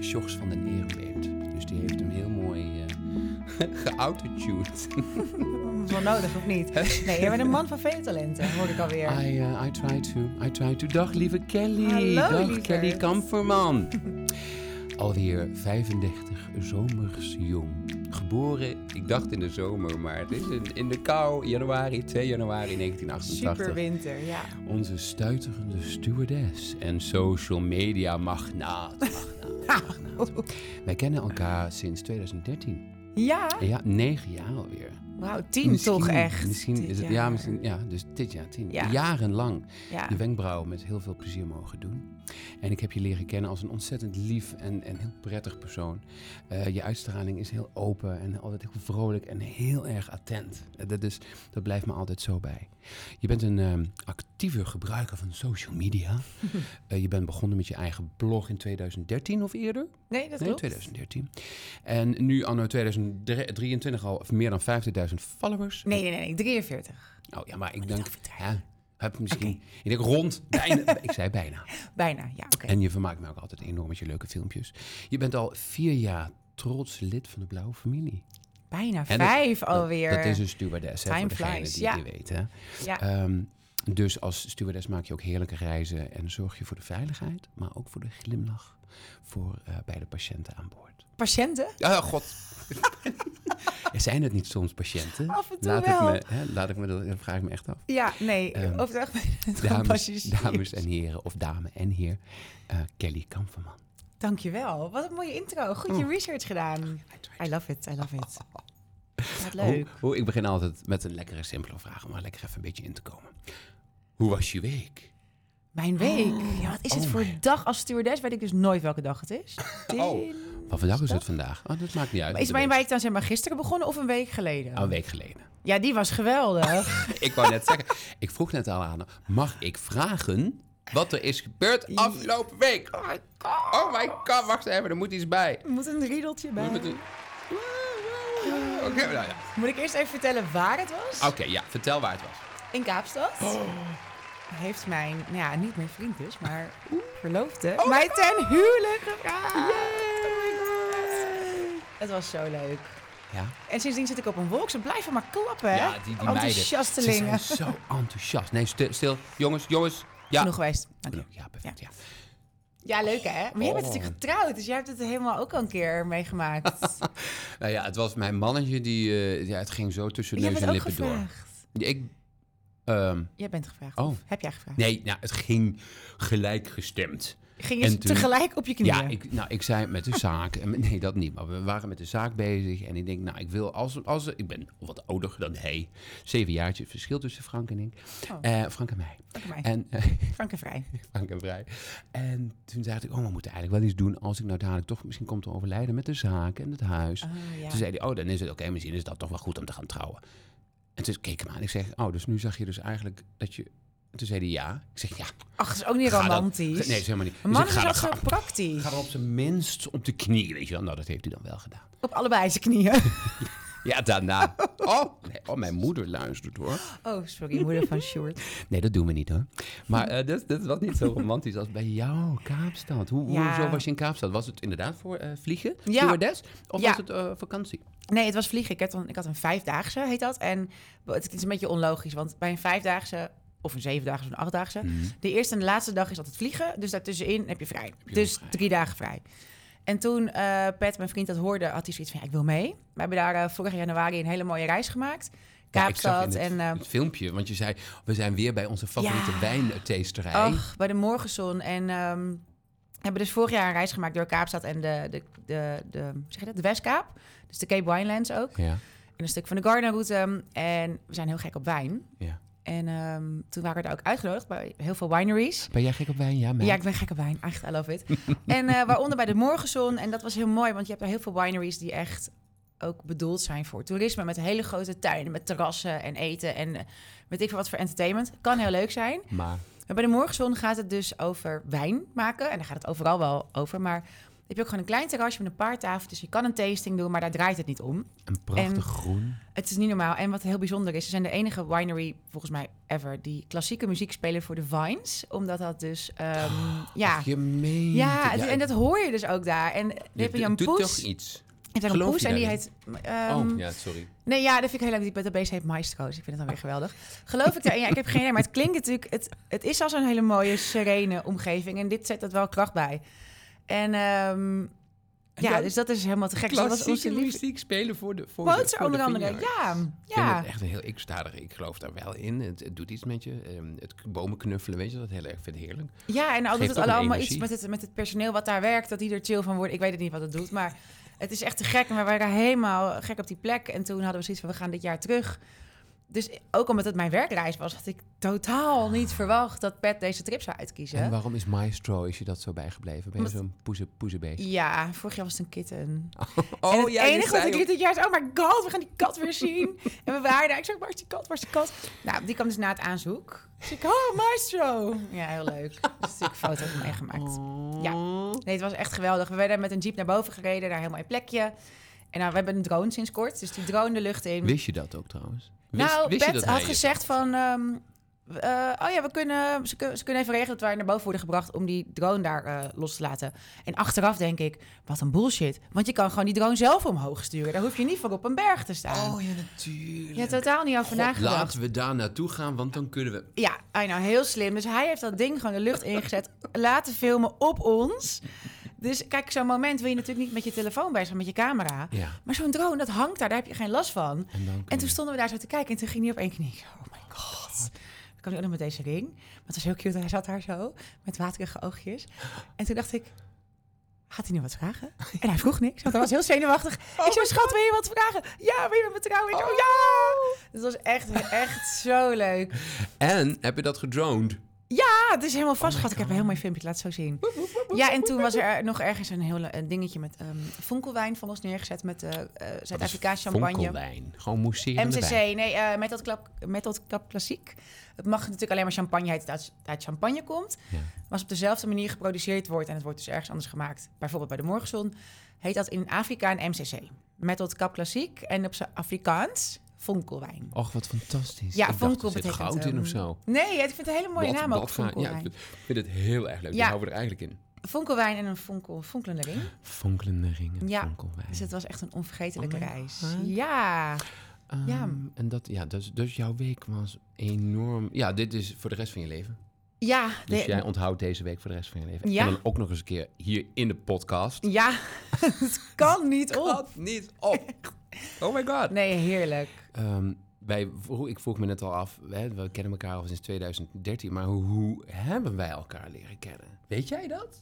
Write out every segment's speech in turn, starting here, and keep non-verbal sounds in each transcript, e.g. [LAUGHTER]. Sjors van den Ereweert. Dus die heeft hem heel mooi eh [LAUGHS] geautotuned. Dat is wel nodig, of niet? Nee, jij bent een man van vele talenten, hoor ik alweer. I, eh, I try to, I try to. Dag lieve Kelly. Hallo, Dag lieverd. Kelly [LAUGHS] Kamperman. Alweer 35 zomers jong. Geboren, ik dacht in de zomer, maar het is in, in de kou, januari, 2 januari 1988. Super winter, eh. ja. Onze stuiterende stewardess en social media magnaat. [LAUGHS] magnaat, magnaat. Wij kennen elkaar sinds 2013. Ja? Ja, negen jaar alweer. Wauw, tien toch echt? Misschien Dit is het, ja, jaar. misschien, ja, dus dit jaar tien. Ja. Jarenlang Ja. je wenkbrauwen met heel veel plezier mogen doen. En ik heb je leren kennen als een ontzettend lief en, en heel prettig persoon. Eh, je uitstraling is heel open en altijd heel vrolijk en heel erg attent. Eh, dat, is, dat blijft me altijd zo bij. Je bent een ehm, actieve gebruiker van social [LAUGHS] media. Eh, je bent begonnen met je eigen blog in 2013 of eerder? Nee, dat Nee, klopt. 2013. En nu anno 2023 al meer dan 50.000 followers. Nee, nee, nee, nee, 43. Oh ja, maar ik denk... vertellen. Ja, heb misschien... Ik denk [LAUGHS] rond, bijna. ik zei bijna. Bijna, ja, oké. En je vermaakt me ook altijd enorm met je leuke filmpjes. Je bent al vier jaar trots lid van de blauwe familie. Bijna En dat- vijf alweer. Dat is een stewardess, hè, Time voor degene flies, die ja. het niet weet. Hè. Ja. Ehm, dus als stewardess maak je ook heerlijke reizen en zorg je voor de veiligheid, maar ook voor de glimlach voor eh, bij de patiënten aan boord. Patiënten? Ah, [LAUGHS] god. Zijn het niet soms patiënten? Af en toe laat wel. Ik me, hè, laat ik me, dat dat vraag ik me echt af. Ja, nee, Ehm, over het algemeen gewoon [LAUGHS] Dames, passagiers. dames en heren, of dame en heer, eh, Kelly Kamferman. Dankjewel. Wat een mooie intro. Goed Oh. je research gedaan. I love it, I love it. Oh. Wat leuk. Hoe, hoe, ik begin altijd met een lekkere, simpele vraag om er lekker even een beetje in te komen. Hoe was je week? Mijn week. ja, wat is het oh voor my. Oh. dag als stewardess? Weet ik dus nooit welke dag het is. Din- Wat voor dag is het vandaag? Oh, dat maakt niet uit. Is Dat mijn weet- week dan zeg maar gisteren begonnen of een week geleden? Oh, een week geleden. Ja, die was [LAUGHS] geweldig. ik wou net [LAUGHS] zeggen, ik vroeg net al aan, mag ik vragen wat er is gebeurd afgelopen week? Oh my god, oh my god wacht even, er moet iets bij. Er moet een riedeltje bij. Moet Moet, er- Oké, nou ja. ik eerst even vertellen waar het was? Oké, ja, vertel waar het was. In Kaapstad. Oh. Heeft mijn, nou ja, niet mijn vriend dus, maar verloofde, Oh mij ten huwelijk gevraagd. Het was zo leuk. Ja, En sindsdien zit ik op een wolk. Ze blijven maar klappen, hè? ja die, die meiden. Enthousiastelingen. Ze zijn zo enthousiast. Nee, stil, stil. jongens, jongens. Ja. Genoeg geweest. Dank je. Genoeg, Ja, perfect, ja. Ja, leuk hè? Maar jij bent Oh. natuurlijk getrouwd, dus jij hebt het helemaal ook al een [LAUGHS] keer meegemaakt. Nou ja, het was mijn mannetje die... eh, ja, het ging zo tussen jij neus bent en ook lippen gevraagd. door. Ik... ehm, Jij bent gevraagd. Oh. of heb jij gevraagd? nee, nou, het ging gelijk gestemd. Ging je en toen- tegelijk op je knieën? Ja, ik, nou, ik zei met de zaak. en met- Nee, dat niet. Maar we waren met de zaak bezig. En ik denk, nou, ik wil als... als ik ben wat ouder dan hij. Zeven jaartjes verschil tussen Frank en ik. Oh. Eh, Frank en mij. Pak mij. En, eh, Frank en Vrij. Frank en vrij. En toen dacht ik, oh, we moeten eigenlijk wel iets doen als ik nou dadelijk toch... Misschien komt er overlijden met de zaak en het huis. Ah, ja. Toen zei hij, oh, dan is het oké, misschien is dat toch wel goed om te gaan trouwen. En toen keek ik hem aan en ik zeg, oh, dus nu zag je dus eigenlijk dat je... En toen zei hij ja. Ik zeg, ja, Ach, dat is ook niet ga dan- romantisch. Nee, is helemaal niet. Een Dus man ik is ga, ook dan- zo ga, praktisch. ga er op zijn minst op de knie, weet je wel. Nou, dat heeft hij dan wel gedaan. Op allebei zijn [LAUGHS] knieën. Ja, [LAUGHS] daarna. Oh, nee, oh mijn moeder luistert hoor. Oh, sorry, moeder van Short. Nee, dat doen we niet hoor. Maar eh dat, dat was [LAUGHS] niet zo romantisch als bij jou, Kaapstad. Hoe, Ja. Hoezo was je in Kaapstad? Was het inderdaad voor eh, vliegen, Ja. stewardess? Of Ja. was het eh, vakantie? Nee, het was vliegen. Ik had, dan, ik had een vijfdaagse, heet dat. En het is een beetje onlogisch, want bij een vijfdaagse... of een zevendaagse of een achtdaagse... Mhm. de eerste en de laatste dag is altijd vliegen. Dus daartussenin heb je vrij. dus vrij. drie dagen vrij. En toen eh, Pet, mijn vriend, dat hoorde... had hij zoiets van, ja, ik wil mee. We hebben daar eh, vorig januari een hele mooie reis gemaakt. Ja, ik zag Kaapstad in het, en... eh, het filmpje, want je zei, we zijn weer bij onze favoriete Ja. wijnteesterij. Ach, bij de Morgenzon. En ehm, hebben dus vorig jaar een reis gemaakt door Kaapstad en de, de, de, de, hoe zeg je dat? de Westkaap. Dus de Cape Winelands ook. Ja, En een stuk van de Gardnerroute. En we zijn heel gek op wijn. ja. En ehm, toen waren we daar ook uitgenodigd bij heel veel wineries. Ben jij gek op wijn? Ja, meid? Ja, ik ben gek op wijn. Echt, I love it. en eh, waaronder bij de Morgenzon. En dat was heel mooi, want je hebt daar heel veel wineries die echt ook bedoeld zijn voor toerisme. Met hele grote tuinen, met terrassen en eten en eh, weet ik veel wat voor entertainment. Kan heel leuk zijn. Maar Maar bij de Morgenzon gaat het dus over wijn maken. En daar gaat het overal wel over. Maar heb je ook gewoon een klein terrasje met een paar tafels. Dus je kan een tasting doen, maar daar draait het niet om. Een prachtig En- groen. Het is niet normaal. En wat heel bijzonder is, ze zijn de enige winery, volgens mij ever, die klassieke muziek spelen voor de wines. Omdat dat dus, ehm, Oh, ja... Ach, je meent Ja, het. het- en dat hoor je dus ook daar. En je hebt doet- hier een doet toch poes. iets. Je hebt daar een Geloof poes je en die heet... daarin? ehm, oh, ja, sorry. Nee, ja, dat vind ik heel leuk. Die met de beest heet Maestro's. Ik vind het dan weer geweldig. Geloof ik daarin? Ja, ik heb geen idee. Maar het klinkt natuurlijk... Het, het is al zo'n hele mooie, serene omgeving. En dit zet dat wel kracht bij. En ehm, ja, dan dus dat is helemaal te gek. Dus Dat was onze Klassieke liefde. muziek spelen voor de voor de, Bootser voor de onder andere. vineyard. Ja, Ik vind ja. het echt een heel, ik sta er, ik geloof daar wel in. Het, het doet iets met je. Ehm, het k- bomen knuffelen, weet je, dat heel erg, ik vind het heerlijk. Ja, en altijd Geeft het ook een allemaal energie. iets met het, met het personeel wat daar werkt, dat die er chill van wordt. Ik weet het niet wat het doet, maar het is echt te gek. Maar wij waren helemaal gek op die plek. En toen hadden we zoiets van, we gaan dit jaar terug. Dus ook omdat het mijn werkreis was, had ik totaal niet verwacht dat Pet deze trip zou En uitkiezen. waarom is Maestro, is je dat zo bijgebleven? Ben je Omdat- zo'n poeze, poezebeest? Ja, vorig jaar was het een kitten. Oh, en het ja, je enige wat zei ik ook- liet dit jaar is, oh my god, we gaan die kat weer zien. [LAUGHS] en we waren daar, ik zeg, waar is die kat, waar is die kat? Nou, die kwam dus na het aanzoek. Dus ik, oh, maestro. Ja, heel leuk. Dus ik heb een foto van meegemaakt. Oh. Ja. Nee, het was echt geweldig. We werden met een jeep naar boven gereden, daar helemaal een plekje. En nou, we hebben een drone sinds kort, dus die drone de lucht in. Wist je dat ook trouwens? nou, wist je dat Bert had hij- gezegd van... ehm, eh, oh ja, we kunnen, ze, kun- ze kunnen even regelen dat wij naar boven worden gebracht... om die drone daar eh, los te laten. En achteraf denk ik, wat een bullshit. Want je kan gewoon die drone zelf omhoog sturen. Daar hoef je niet voor op een berg te staan. Oh ja, natuurlijk. je hebt totaal niet over God, nagedacht. laten we daar naartoe gaan, want dan kunnen we... Ja, I know, heel slim. Dus hij heeft dat ding gewoon de lucht ingezet. laten filmen op ons. Dus kijk, zo'n moment wil je natuurlijk niet met je telefoon bezig zijn, met je camera. Ja. Maar zo'n drone, dat hangt daar, daar heb je geen last van. En dan En toen stonden we daar zo te kijken en toen ging hij op één knie. Oh my god. Ik kwam nu ook nog met deze ring. Maar het was heel cute. Hij zat daar zo met waterige oogjes. En toen dacht ik, gaat hij nu wat vragen? En hij vroeg niks, want hij was heel [LAUGHS] zenuwachtig. ik zei, schat, wil je wat vragen? Ja, wil je met me trouwen? Ik zei, Oh. ja! Het was echt, echt zo leuk. En, heb je dat gedroned? Ah, het is Oh helemaal vastgevat. ik heb een heel mooi filmpje, laat het zo zien. Ja, en toen was er nog ergens een heel een dingetje met ehm vonkelwijn van ons neergezet. Met eh, eh, Zuid-Afrikaanse champagne. Fonkelwijn. Gewoon mousserende MCC, wijn. nee, eh Metal, Club, Metal Club Klassiek. Het mag natuurlijk alleen maar champagne heet dat uit, uit champagne komt. Ja. Maar als het op dezelfde manier geproduceerd wordt en het wordt dus ergens anders gemaakt, bijvoorbeeld bij de Morgenzon, heet dat in Afrika een MCC. Metal Club Klassiek en op zijn Afrikaans vonkelwijn. Och, wat fantastisch. Ja, Ik dacht, vonkel er zit betekent, goud in ehm, of zo. Nee, het- ik vind het een hele mooie Wat- naam ook, wat vaak- Ja, ik vonkelwijn. vind- ik vind het heel erg leuk. Ja. Daar houden we er eigenlijk in. Vonkelwijn en een vonkel, vonkelende ring. Fonkelende ringen, Ja. fonkelwijn. Dus het was echt een onvergetelijke Oh my reis. God. Ja. Ehm, ja. En dat, ja, dus, dus jouw week was enorm... Ja, dit is voor de rest van je leven. Ja, Dus de- jij onthoudt deze week voor de rest van je leven. Ja. En dan ook nog eens een keer hier in de podcast. ja [LAUGHS] het [LAUGHS] kan niet op. Wat niet op. Oh my god. Nee, heerlijk. Ehm, wij, vro- ik vroeg me net al af, hè, we kennen elkaar al sinds 2013, maar hoe, hoe hebben wij elkaar leren kennen? Weet jij dat?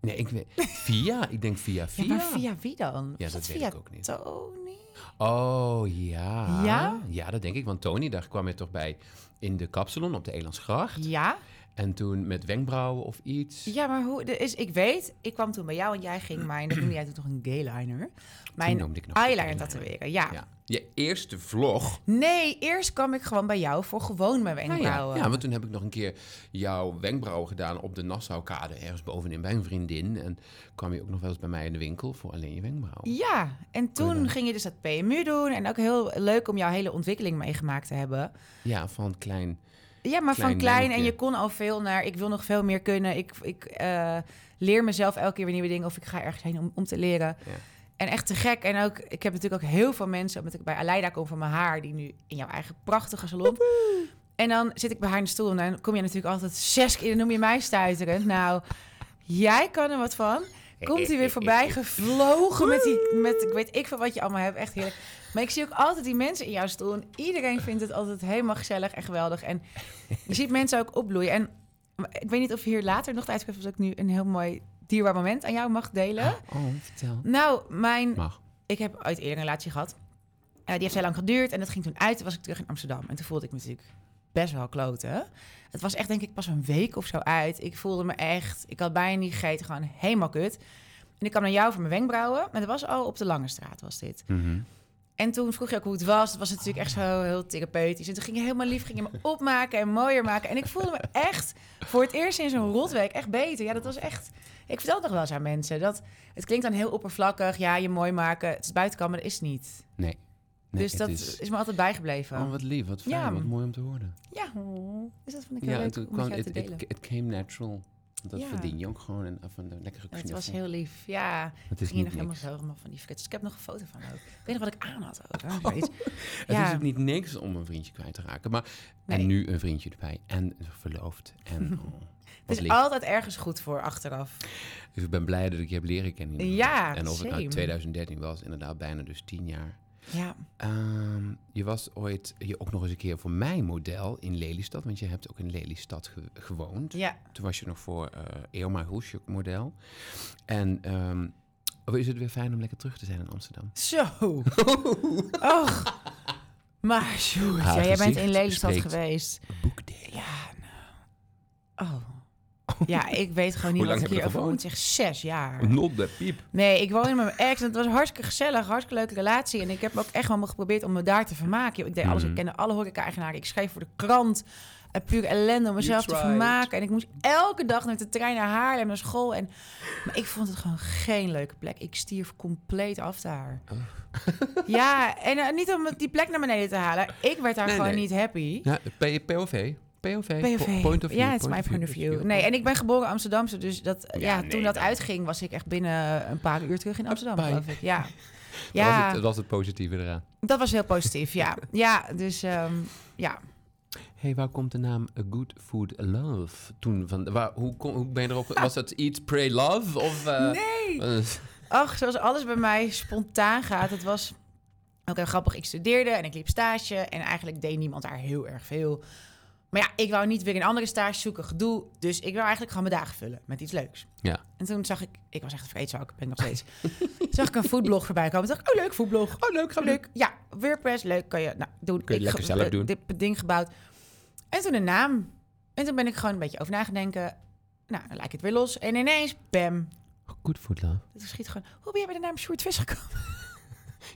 Nee, ik weet... Via? Ik denk via via. Ja, maar via wie dan? Ja, Was dat weet via ik ook niet. Tony? Oh, ja. Ja? Ja, dat denk ik. Want Tony, daar kwam je toch bij in de kapsalon op de Elandsgracht. Ja? En toen met wenkbrauwen of iets. Ja, maar hoe... Er is, ik weet, ik kwam toen bij jou en jij ging mijn... Dat noemde jij toen nog een gayliner. Mijn noemde ik nog eyeliner eyeliner. tatoeëren, ja. Ja. Je eerste vlog. Nou Nee, eerst kwam ik gewoon bij jou voor gewoon Ah, mijn Ja, ja. wenkbrauwen. ja, want toen heb ik nog een keer jouw wenkbrauwen gedaan op de Nassaukade. Ergens bovenin bij een vriendin. En kwam je ook nog wel eens bij mij in de winkel voor alleen je wenkbrauwen. Ja, en toen ging je dus dat PMU doen. En ook heel leuk om jouw hele ontwikkeling meegemaakt te hebben. Ja, van klein... Ja, maar Klein van klein en mannetje. je kon al veel naar. Ik wil nog veel meer kunnen. Ik, ik eh, leer mezelf elke keer weer nieuwe dingen. Of ik ga ergens heen om, om te leren. Ja. En echt te gek. En ook, ik heb natuurlijk ook heel veel mensen. Omdat ik bij Aleida kom van mijn haar. Die nu in jouw eigen prachtige salon. En dan zit ik bij haar in de stoel. En dan kom je natuurlijk altijd zes keer. Dan noem je mij stuiterend. Nou, jij kan er wat van. Komt hij weer [LAUGHS] voorbij, gevlogen met die, met, ik weet ik veel wat je allemaal hebt, echt heerlijk. Maar ik zie ook altijd die mensen in jouw stoel en iedereen vindt het altijd helemaal gezellig en geweldig. En je ziet mensen ook opbloeien. En ik weet niet of je hier later nog tijd hebt, of ik nu een heel mooi dierbaar moment aan jou mag delen. Oh, vertel. Nou, mijn Mag. ik heb ooit eerder een relatie gehad. Eh, die heeft heel lang geduurd en dat ging toen uit. Toen was ik terug in Amsterdam en toen voelde ik me natuurlijk best wel kloten. Het was echt denk ik pas een week of zo uit. Ik voelde me echt, ik had bijna niet gegeten, gewoon helemaal kut. En ik kwam naar jou voor mijn wenkbrauwen, maar dat was al op de Lange Straat was dit. Mhm. En toen vroeg je ook hoe het was. Het was natuurlijk echt zo heel therapeutisch. En toen ging je helemaal lief, ging je [LAUGHS] me opmaken en mooier maken. En ik voelde me echt voor het eerst in zo'n rotweek echt beter. Ja, dat was echt Ik vertel het nog wel eens aan mensen. Dat, het klinkt dan heel oppervlakkig. Ja, je mooi maken. Het is buitenkant, maar dat is het niet. Nee. nee dus het dat is... is... me altijd bijgebleven. Oh, wat lief, wat fijn, Ja. wat mooi om te horen. Ja, oh, dus dat vond ik heel leuk om met jou het, te it, delen. it came natural. Want Dat Ja. verdien je ook gewoon een, af en toe lekkere het knuffel. was heel lief. Ja, Het is ging niet je nog helemaal niks. zo helemaal van die frits. Ik heb nog een foto van ook. Ik weet nog wat ik aan had ook. [LAUGHS] hè, Oh, zoiets. Het Ja. is ook niet niks om een vriendje kwijt te raken. Maar, Nee. En nu een vriendje erbij. En verloofd. [LAUGHS] En, oh, Het wat is lief. altijd ergens goed voor achteraf. Dus ik ben blij dat ik je heb leren kennen. inderdaad. Ja, En of het nou same. 2013 was, inderdaad bijna dus tien jaar. Ja, Ehm, je was ooit je ook nog eens een keer voor mij model in Lelystad. Want je hebt ook in Lelystad ge- gewoond. ja. Toen was je nog voor eh Irma Hoesjuk model. En ehm, oh, is het weer fijn om lekker terug te zijn in Amsterdam? [LAUGHS] Zo. Och. Maar Sjoerd, Haar ja, jij bent in gezicht Lelystad spreekt. geweest. Boekdelen. Ja, nou. Oh. Ja, ik weet gewoon niet Hoe lang heb wat ik je hierover gewoond? moet zeggen. Zes jaar. Not de piep. Nee, ik woon in mijn ex en het was hartstikke gezellig, hartstikke leuke relatie. En ik heb ook echt wel me geprobeerd om me daar te vermaken. Joh, Ik deed alles, ik Mhm. kende alle horeca-eigenaren. Ik schreef voor de krant. Eh, puur ellende om mezelf te tried. vermaken. En ik moest elke dag met de trein naar Haarlem, naar school. En... Maar ik vond het gewoon geen leuke plek. Ik stierf compleet af daar. Oh. Ja, en eh, niet om die plek naar beneden te halen. Ik werd daar Nee, gewoon nee. niet happy. Ja, P- POV. POV. POV. po- Point of view. ja, het is mijn point of view. Nee, en ik ben geboren Amsterdamse, dus dat, ja, Ja, toen nee, dat dan- uitging was ik echt binnen een paar uur terug in Amsterdam, Bye. geloof ik. Ja, Ja. Dat ja was het, eh. dat was het positieve eraan. dat was heel positief, [LAUGHS] ja. Ja, dus ehm, ja. Hey, waar komt de naam A Good Food Love toen van? Waar, hoe, kom, hoe ben je erop? Was dat Eat, Pray, Love? Of, eh, Nee! was- Ach, zoals alles bij mij spontaan gaat, het was ook heel grappig. Ik studeerde en ik liep stage en eigenlijk deed niemand daar heel erg veel. Maar ja, ik wou niet weer een andere stage zoeken, gedoe. Dus ik wil eigenlijk gewoon mijn dagen vullen met iets leuks. Ja. En toen zag ik, ik was echt een vreedzak, ben ik nog steeds. [LAUGHS] Toen zag ik een foodblog voorbij komen. Toen dacht ik, oh leuk, foodblog. Oh, leuk. Gaan we Leuk. Ja, WordPress, leuk. Kan je, nou, doen. Kun je Ik lekker ge- zelf eh, doen. Dit ding gebouwd. En toen een naam. En toen ben ik gewoon een beetje over nagedenken. Nou, dan laat ik het weer los. En ineens, bam. A Good Food Love. Het schiet gewoon. Hoe ben je bij de naam Sjoerd Vis gekomen?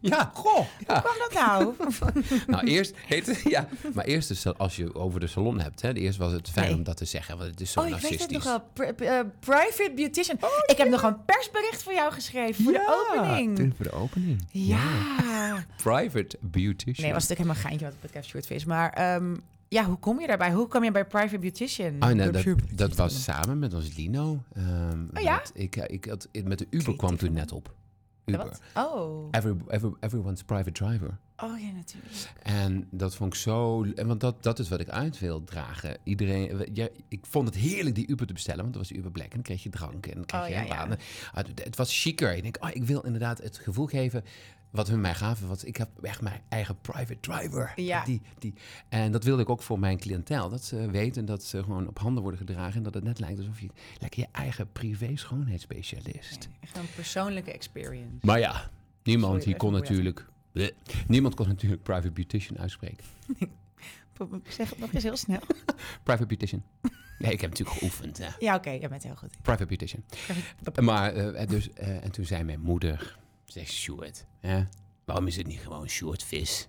Ja, goh. Ja. Hoe kwam dat nou? [LAUGHS] nou, eerst heet, ja, maar eerst dus dat als je over de salon hebt, hè, eerst was het fijn Nee. om dat te zeggen, want het is [LAUGHS] zo Oh, oh, ik weet narcistisch. het nog wel. Pri- eh, private beautician. ik heb nog een persbericht voor jou geschreven. Voor de opening. toen voor de opening. Ja. Private beautician. Nee, was natuurlijk helemaal een geintje wat het betreft Sjoerd Vis. Maar ehm, ja, hoe kom je daarbij? Hoe kwam je bij private beautician? Oh, Door nou, dat, Sjoerd- dat was samen met ons Lino. Ehm, Oh ja? want Ik, ik had, ik- met de Uber kwam toen net op. Uber. Wat? Oh. Every, every, everyone's private driver. Oh ja, natuurlijk. En dat vond ik zo... en Want dat, dat is wat ik uit wil dragen. Iedereen, we- ja, ik vond het heerlijk die Uber te bestellen. Want dat was Uber Black. En dan kreeg je drank. En dan kreeg Oh, je ja, een ja. baan. Ah, het- Het was chiquer. Ik denk, oh, ik wil inderdaad het gevoel geven... wat hun mij gaven. Want ik heb echt mijn eigen private driver. Ja. Die, die. En dat wilde ik ook voor mijn cliëntel. Dat ze weten dat ze gewoon op handen worden gedragen. En dat het net lijkt alsof je lekker je eigen privé schoonheidsspecialist... Echt een persoonlijke experience. Maar ja, niemand Sorry, hier kon even boeiend. natuurlijk... Bleh. Niemand kon natuurlijk private beautician uitspreken. Zeg het nog eens heel snel. Private beautician. [LAUGHS] Nee, ik heb natuurlijk geoefend. hè. Ja, oké, je bent heel goed. Private beautician. Maar, eh, dus, eh, en toen zei mijn moeder, zeg Sjoerd, hè, waarom is het niet gewoon Sjoerd Vis? [LAUGHS]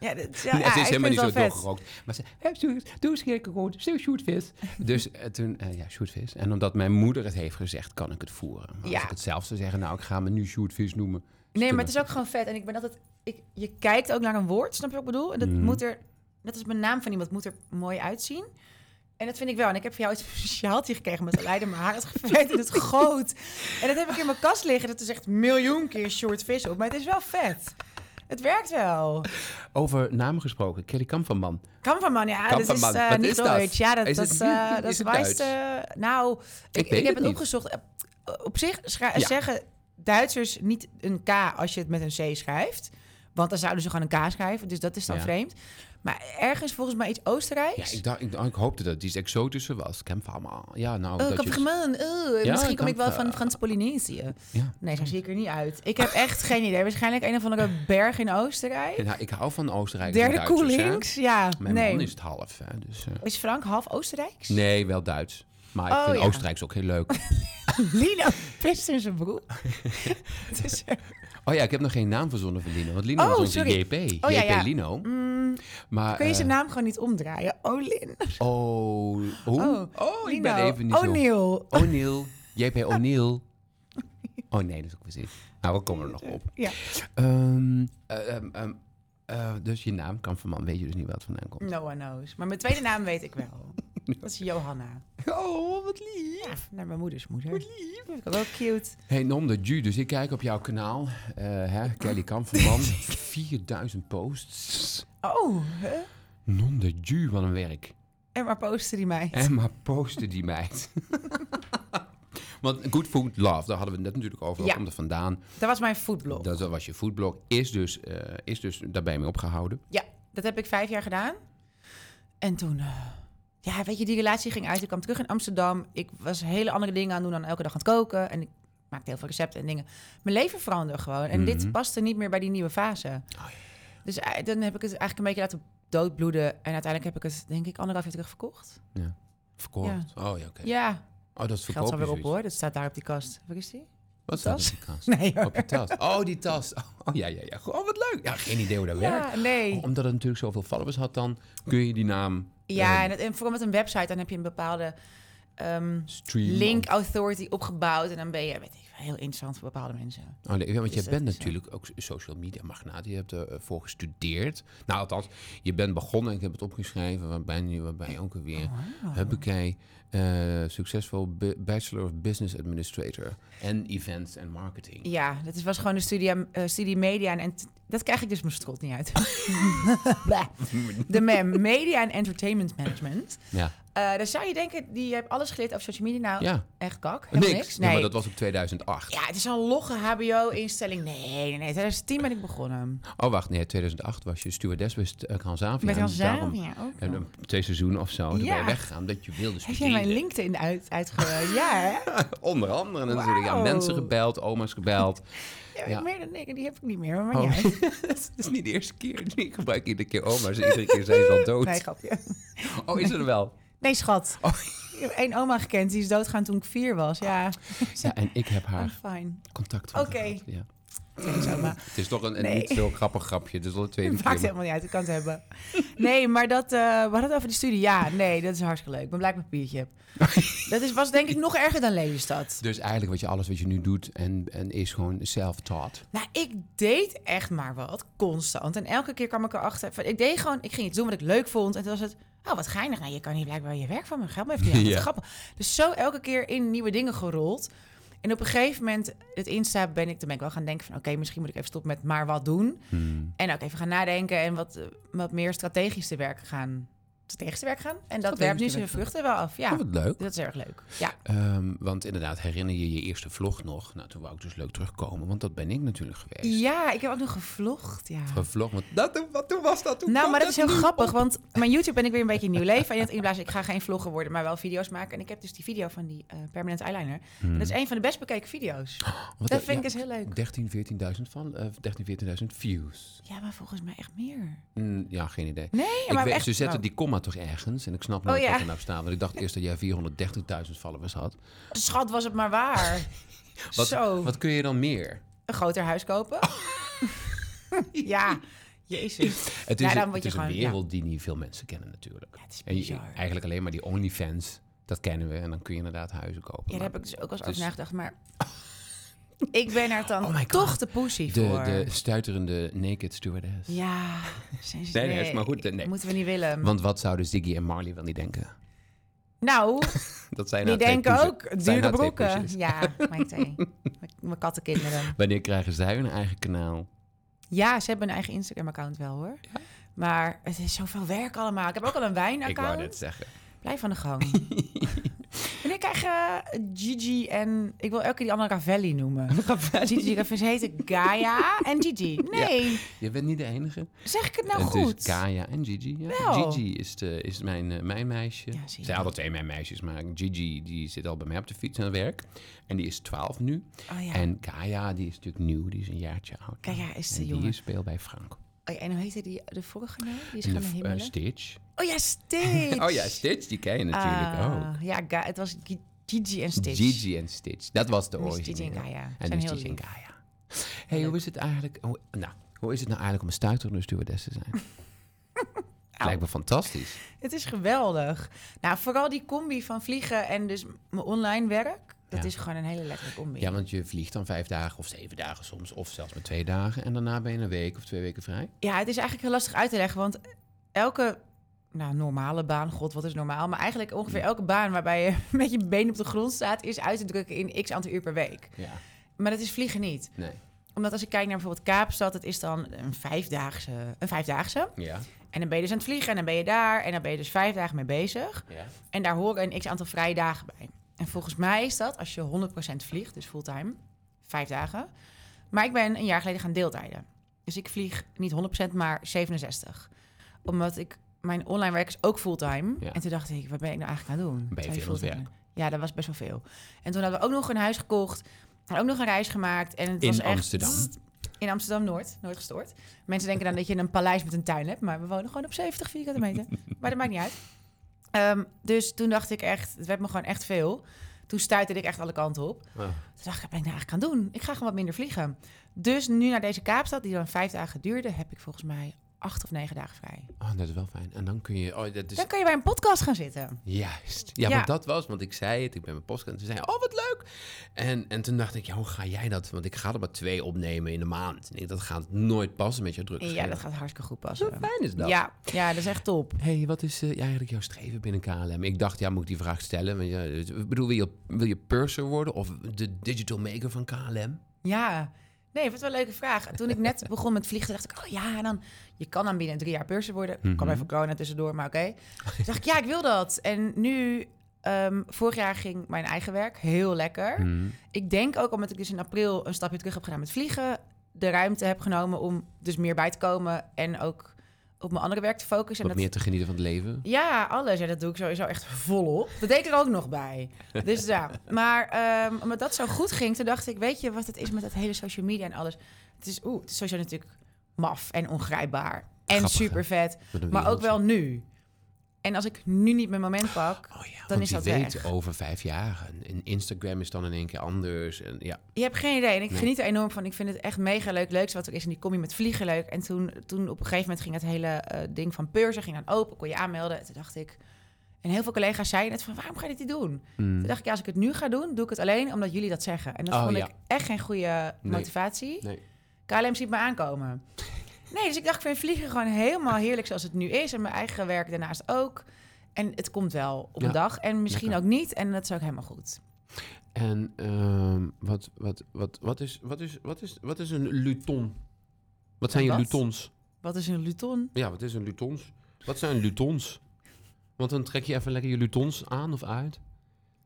Ja, dat, ja, Nee, [LAUGHS] ja, het ik is helemaal vind niet zo het wel vet. doorgerookt. Maar ze, "Hé, Sjoerd, doe eens een keer gewoon, zeg Sjoerd [LAUGHS] Vis. dus eh, toen, eh, ja, Sjoerd Vis. En omdat mijn moeder het heeft gezegd, kan ik het voeren. Maar als Ja. ik het zelf zou zeggen, nou, ik ga me nu Sjoerd Vis noemen. Nee, maar het is ook gewoon vet. En ik ben altijd... Ik, je kijkt ook naar een woord, snap je wat ik bedoel? En dat Mhm. moet er... Net als mijn naam van iemand, moet er mooi uitzien. En dat vind ik wel. En ik heb voor jou iets [LAUGHS] speciaals hier gekregen met Leider. Mijn haar is gevet en het goot. En dat heb ik in mijn kast liggen. Dat is echt miljoen keer short vis op. Maar het is wel vet. Het werkt wel. Over namen gesproken, Kelly Kamperman. Kamperman, ja, dat is Kamperman, eh, wat niet is dat? Duits. Ja, dat Is is, het dat, niet- eh, is dat het wijst, Duits? eh, nou, ik, weet ik, heb het het niet. opgezocht. Eh, Op zich schra- Ja. zeggen Duitsers niet een K als je het met een C schrijft. Want dan zouden ze gewoon een K schrijven, dus dat is dan Ja. vreemd. Maar ergens volgens mij iets Ja, Oostenrijks. ik, dacht, ik, ik hoopte dat het iets exotischer was. Kamperman. Ja, nou, Oh, dat je- Kamperman, oh, Ja, eh, misschien kom ik wel Kamp- van Frans-Polynesië. Ja. Nee, zo zie ik er niet uit. Ik [LAUGHS] heb echt geen idee. Waarschijnlijk een of andere berg in Oostenrijk. Ja, ik hou van Oostenrijk. Derde koelings, ja. Mijn nee. man is het half. Hè, dus, eh. Is Frank half Oostenrijks? Nee, wel Duits. Maar ik Oh, vind ja. Oostenrijks ook heel [LAUGHS] leuk. Lino pist in zijn [LAUGHS] broek. Het is echt- Oh ja, ik heb nog geen naam verzonnen van Lino. Want Lino Oh, was onze sorry. JP. Oh, ja, JP ja. Lino. Mm, Maar, kun je zijn eh, naam gewoon niet omdraaien? Olin. Oh, hoe? Oh, Oh, ik ben Lino. even niet zo... O'Neill. O'Neill. [LAUGHS] JP O'Neill. Oh nee, dat is ook precies. Nou, we komen er nog op. Ja. Ehm, eh, ehm, ehm, eh, dus je naam, Kamferman, weet je dus niet waar het vandaan komt. No one knows. Maar mijn tweede naam weet ik [LAUGHS] wel. Dat is Johanna. Oh, wat lief. Ja, naar mijn moeders moeder. Wat lief. Vind ik wel cute. Hey Nom de Ju, dus ik kijk op jouw kanaal. eh, hè, Kelly [LAUGHS] Kamferman, 4000 posts. Oh, hè? Nom de Ju, wat een werk. en waar posten die mij? En maar posten die meid. [LAUGHS] Want Good Food Love, daar hadden we het net natuurlijk over. Waar Ja. komt het vandaan? Dat was mijn foodblog. Dat was je foodblog. Is dus, eh, is dus daarbij mee opgehouden. Ja, dat heb ik vijf jaar gedaan. En toen, eh, ja, weet je, die relatie ging uit. Ik kwam terug in Amsterdam. Ik was hele andere dingen aan het doen dan elke dag aan het koken. En ik maakte heel veel recepten en dingen. Mijn leven veranderde gewoon. En Mhm. dit paste niet meer bij die nieuwe fase. Oh, Dus eh, dan heb ik het eigenlijk een beetje laten doodbloeden. En uiteindelijk heb ik het, denk ik, anderhalf jaar terug verkocht. Verkocht. Oh ja, oké. Ja, Oh, dat is geld verkoop alweer je op zoiets. hoor. Dat staat daar op die kast. Waar is die? [LAUGHS] Wat staat Tas? op die kast? Nee hoor. Op je tas. Oh, die tas. Oh ja, ja, ja. Oh, wat leuk. Ja, geen idee hoe dat werkt. Ja, nee. Oh, Omdat het natuurlijk zoveel followers had, dan kun je die naam Ja, Ehm. en, het, en vooral met een website, dan heb je een bepaalde ehm, streamen. link authority opgebouwd. En dan ben je, weet ik, veel, heel interessant voor bepaalde mensen. Oh, nee, ja, want Dus je dat bent is, eh, natuurlijk ook social media magnaat. Je hebt ervoor gestudeerd. Nou, althans, je bent begonnen. Ik heb het opgeschreven. Waar ben je, waar ben je ook alweer? Huppakee. eh, succesvol bu- Bachelor of Business Administrator. En Events en Marketing. Ja, dat is- was gewoon een studie, aan- eh, studie media. En ent- dat krijg ik dus mijn strot niet [LAUGHS] uit. Blah. De MEM, Media en Entertainment Management. Ja. Eh daar zou je denken, die hebt alles geleerd over social media. Nou, Ja. echt kak. Helemaal Niks. niks. Nee, maar dat was op 2008. Ja, het is al een logge HBO-instelling. Nee, nee, nee. 2010 ben ik begonnen. Oh, wacht. Nee, 2008 was je stewardess bij St- eh, Transavia. Met en daarom- Alzheimer ook. En nog. een- twee seizoenen of zo. Dan ben je Ja. weggegaan omdat je wilde Heb jij mijn studeren. LinkedIn uit, uitge... ja, hè? [LAUGHS] Onder andere natuurlijk. Ja, Wauw. mensen gebeld, oma's [LAUGHS] gebeld. Ja, Ja. Meer dan ik, die heb ik niet meer. Maar Oh. ja, Het is niet de eerste keer. [LAUGHS] Ik gebruik iedere keer oma's. Iedere keer zijn ze al dood. nee, grapje. Oh, is er wel? Nee, schat. Oh. Ik heb één oma gekend, die is doodgaan toen ik vier was. Ja, Ja, en ik heb I'm haar fine. contact van Ah. Oké. gehad, Ja. Thanks, oma. Het is toch een, een Nee. niet zo grappig grapje. Het is al de tweede [LAUGHS] Maakt keer. helemaal niet uit, ik kan het hebben. Nee, maar dat, eh, we hadden het over de studie. Ja, nee, dat is hartstikke leuk. Ik ben blij dat ik mijn papiertje heb. Dat is, was denk ik nog erger dan Lelystad. Dus eigenlijk wat je alles wat je nu doet en, en is gewoon self-taught. Nou, ik deed echt maar wat, constant. En elke keer kwam ik erachter. van, Ik deed gewoon, ik ging iets doen wat ik leuk vond. En toen was het, oh wat geinig. Nou, je kan hier blijkbaar je werk van me [LAUGHS] geld mee verdienen. Ja. Wat grappig. Dus zo elke keer in nieuwe dingen gerold. En op een gegeven moment, het Insta ben ik, toen ben ik wel gaan denken van... oké, misschien moet ik even stoppen met maar wat doen. En ook even gaan nadenken en wat, eh, wat meer strategisch te werk gaan. Strategisch te werk gaan. En dat werpt nu Strategisch te zijn werk gaan. vruchten wel af. Ja, Oh, wat leuk. dat is erg leuk. Ja. Ehm, want inderdaad, herinner je je eerste vlog nog? Nou, toen wou ik dus leuk terugkomen, want dat ben ik natuurlijk geweest. ja, ik heb ook nog gevlogd, ja. Gevlogd, want dat, wat, toen was dat? Toen Nou, kwam maar dat is heel nu grappig, op. want mijn YouTube ben ik weer een beetje een nieuw leven. En het inblazen, ik ga geen vlogger worden, maar wel video's maken. En ik heb dus die video van die eh permanent eyeliner. En dat is een van de best bekeken video's. Wat, dat eh, vind ik Hmm. ja, eens heel leuk. 13, 14.000 van, eh, 13, 14.000 views. Ja, maar volgens mij echt meer. Mm, ja, geen idee. Nee, Ik maar weet- echt... ze zetten oh. die comma toch ergens en ik snap nooit Oh, ja. wat er nou staat. Want ik dacht eerst dat jij 430.000 followers had. Schat, was het maar waar. [LAUGHS] Wat, Zo, wat kun je dan meer? een groter huis kopen. Oh. [LAUGHS] ja, jezus. Het is, Ja, dan een- het word je is een gewoon- ja. wereld die niet veel mensen kennen natuurlijk. Ja, het is En je, bizar. eigenlijk alleen maar die OnlyFans, dat kennen we. En dan kun je inderdaad huizen kopen. Ja, daar Maar heb ik dus ook wel eens Het over is- nagedacht, maar... [LAUGHS] Ik ben er dan Oh my God. toch de poesie voor. de, de stuiterende naked stewardess. Ja, zijn ze- Nee, nee, is maar goed, eh, nee. Moeten we niet willen. Want wat zouden Ziggy en Marley wel niet denken? [LAUGHS] Nou, Dat zijn Die nou twee denken poezen. Zijn ook, dure nou twee broeken. poesjes. [LAUGHS] Ja, mijn twee. Mijn- Mijn kattenkinderen. Wanneer krijgen zij hun eigen kanaal? Ja, ze hebben een eigen Instagram-account wel hoor. Maar het is zoveel werk allemaal. Ik heb ook al een Ik wou wijnaccount. net zeggen. Blijf van de [LAUGHS] gang. en ik krijg eh, Gigi en... Ik wil elke keer die andere Ravelli noemen. Gigi Ravelli. Ze heet Gaia en Gigi. Nee, Je bent niet de enige. zeg ik het nou het goed? is Kaya en Gigi. Ja. Wel. Gigi is, de, is mijn, eh, mijn meisje. Ja, Ja, zie je. zijn alle twee mijn meisjes, maar Gigi die zit al bij mij op de fiets aan het werk. En die is 12 nu. Oh ja. En Kaya die is natuurlijk nieuw, die is een jaartje oud. Gaia is en de die jongen. speelt bij Frank. Oh ja, en hoe heette die, de vorige nou? Die is En gaan de, eh, hemelen. Stitch. oh [LAUGHS] ja, Stitch. Oh ja, Stitch, die ken je natuurlijk Ah, ook. Ja, Ga- het was Gi- Gigi en Stitch. Gigi en Stitch, dat was de En dus origine. Gigi en ja. Gaia. En Zijn dus heel Gigi en lief. Gaia. hey, hoe is het eigenlijk... Hoe, nou, hoe is het nou eigenlijk om een stuiterende stewardess te [LAUGHS] zijn? Lijkt me fantastisch. Het is geweldig. Nou, vooral die combi van vliegen en dus mijn online werk. Dat Ja. is gewoon een hele letterlijke Ja, omwinning. want je vliegt dan vijf dagen of zeven dagen soms, of zelfs maar twee dagen. En daarna ben je een week of twee weken vrij. Ja, het is eigenlijk heel lastig uit te leggen, want elke nou, normale baan, god, wat is normaal? Maar eigenlijk ongeveer elke baan waarbij je [LAUGHS] met je been op de grond staat, is uit te drukken in x aantal uur per week. Ja. Maar dat is vliegen niet. Nee. Omdat als ik kijk naar bijvoorbeeld Kaapstad, het is dan een vijfdaagse, een vijfdaagse. Ja. En dan ben je dus aan het vliegen en dan ben je daar en dan ben je dus vijf dagen mee bezig. ja. En daar horen een x aantal vrije dagen bij. En volgens mij is dat, als je 100% vliegt, dus fulltime, vijf dagen. Maar ik ben een jaar geleden gaan deeltijden. Dus ik vlieg niet 100%, maar 67. Omdat ik, mijn online werk is ook fulltime. Ja. En toen dacht ik, wat ben ik nou eigenlijk aan het doen? Ben je Twee veel aan het fulltime. werk? Ja, dat was best wel veel. En toen hadden we ook nog een huis gekocht. En ook nog een reis gemaakt. En het In was echt- Amsterdam. In Amsterdam-Noord, nooit gestoord. Mensen denken dan dat je een paleis met een tuin hebt, maar we wonen gewoon op 70 [LAUGHS] vierkante meter. Maar dat maakt niet uit. Ehm, dus toen dacht ik echt, het werd me gewoon echt veel. Toen stuitte ik echt alle kanten op. Toen dacht ik, wat ben ik nou eigenlijk aan het doen? Ik ga gewoon wat minder vliegen. Dus nu naar deze Kaapstad, die dan vijf dagen duurde, heb ik volgens mij acht of negen dagen vrij. Oh, dat is wel fijn. En dan kun je... Oh, dat is Dan kan je bij een podcast gaan zitten. Juist. Ja, Ja. want dat was, want ik zei het, ik ben mijn podcast. En toen zei hij, oh, wat leuk. En, en toen dacht ik, ja, hoe ga jij dat? Want ik ga er maar twee opnemen in de maand. En ik, dat gaat nooit passen met jouw druk. Ja, dat gaat hartstikke goed Zo passen. fijn is dat. Ja, ja, dat is echt top. Hé, hey, wat is eh, ja, eigenlijk jouw streven binnen KLM? Ik dacht, ja, moet ik die vraag stellen? Want, ja, dus, ik bedoel, wil je, wil je purser worden of de digital maker van KLM? Ja, nee, ik vind het wel een leuke vraag. Toen ik net begon met vliegen, dacht ik, oh ja, en dan, je kan dan binnen drie jaar beurs worden. Ik kwam even corona tussendoor, maar oké. Toen dacht ik, ja, ik wil dat. En nu, ehm, vorig jaar ging mijn eigen werk heel lekker. Mhm. Ik denk ook omdat ik dus in april een stapje terug heb gedaan met vliegen, de ruimte heb genomen om dus meer bij te komen en ook op mijn andere werk te Wat focussen. En dat- meer te genieten van het leven? ja, alles. Ja, dat doe ik sowieso echt volop. Dat deed ik er ook nog bij. Dus ja. Maar ehm, omdat dat zo goed ging, toen dacht ik... weet je wat het is met dat hele social media en alles? Het is, oeh, het is sowieso natuurlijk maf en ongrijpbaar. En Grappig, hè? super vet. Wat een Maar ook wereldje. wel nu. En als ik nu niet mijn moment pak... Oh ja, dan want is je dat weet weg. over vijf jaar. En- En Instagram is dan in één keer anders. En ja, Je hebt geen idee. En ik Nee. geniet er enorm van. Ik vind het echt mega leuk. Leukste wat er is. En die kom je met vliegen leuk. En toen, toen op een gegeven moment ging het hele eh, ding van beurzen ging dan open. Kon je aanmelden. En toen dacht ik... En heel veel collega's zeiden het van, waarom ga je dit niet doen? Toen dacht ik, ja, als ik het nu ga doen, doe ik het alleen omdat jullie dat zeggen. En dat Oh, vond ja. ik echt geen goede Nee. motivatie. nee. KLM ziet me [LAUGHS] aankomen. Nee, dus ik dacht, ik vind vliegen gewoon helemaal heerlijk zoals het nu is. En mijn eigen werk daarnaast ook. En het komt wel op Ja, een dag. En misschien lekker. ook niet. En dat is ook helemaal goed. En ehm, wat, wat, wat, wat, is, wat, is, wat, is, wat is een luton? Wat zijn je Wat? lutons? Wat is een luton? Ja, wat is een lutons? Wat zijn lutons? Want dan trek je even lekker je lutons aan of uit.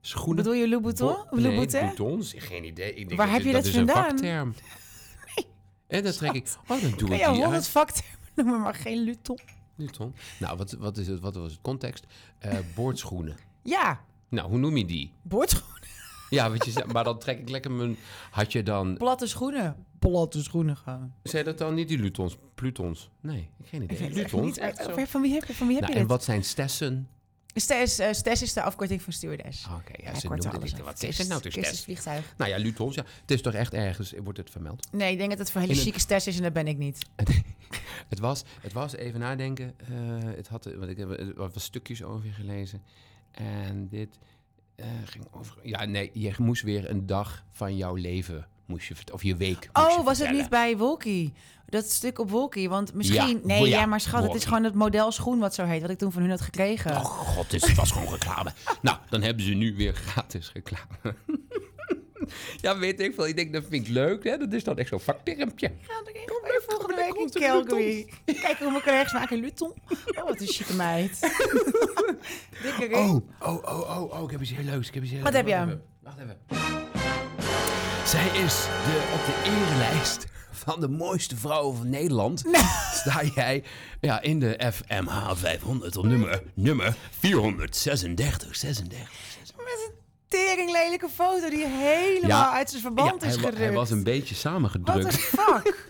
Schoenen. Bedoel je Louboutin? bo- Louboutin? Nee, lutons? Geen idee. Ik denk Waar dat heb is- je dat is vandaan? een [LAUGHS] vakterm. En dan trek ik... Oh, dan doe Kan ik je die uit. honderd vaktermen noemen, maar geen luton? Luton. Nou, wat, wat, is het, wat was het context? Eh, boordschoenen. Ja, Nou, hoe noem je die? boordschoenen. Ja, wat je, zei, maar dan trek ik lekker mijn... Had je dan Platte schoenen. Platte schoenen gaan. Zijn dat dan niet die Lutons? Plutons? Nee, geen idee. Lutons? Niet, Echt zo? over, van wie heb je, van wie heb Nou, je en dit? wat zijn stessen? Stes, eh, Stes is de afkorting voor stewardess. Ah, Oké, ja, Ja, ze kort noemen alles dit. af. Wat is Kist- het nou? Het is kist is stes. vliegtuig. Nou ja, Lutons, ja. Het is toch echt ergens, wordt het vermeld. Nee, ik denk dat het voor hele In een- chique Stes is en dat ben ik niet. Het was, het was even nadenken. eh, het had, eh, want ik heb er wat stukjes over je gelezen. En dit eh, ging over... Ja, nee, je moest weer een dag van jouw leven, moest je, vert- of je week moest je Oh, was het vertellen. niet bij Wolkie? Dat stuk op Wolkie, want misschien... Ja, nee, oh ja, ja, maar schat, het is Wolkie. gewoon het model schoen wat zo heet, wat ik toen van hun had gekregen. Oh god, dus het was gewoon reclame. nou, dan hebben ze nu weer gratis reclame. [LAUGHS] ja, weet ik veel. Ik denk, dat vind ik leuk. Hè? Dat is dan echt zo'n vaktermpje. Ja, dan gaan we volgende leuk, week in komt er Calgary. Kijken hoe mijn collega's maken luton. Oh, wat een chique meid. Dikke ring. Oh, oh, oh, oh, oh. Ik heb iets heel leuks. Ik heb iets heel Wat leuks. heb je? Wacht even. Wacht even. Zij is de, op de erenlijst van de mooiste vrouwen van Nederland. [LAUGHS] Sta jij ja, in de FMH 500 op nummer, nummer 436. 36. Met een tering lelijke foto die helemaal Ja. uit zijn verband Ja, is hij, wa- gerukt. hij was een beetje What samengedrukt. the fuck?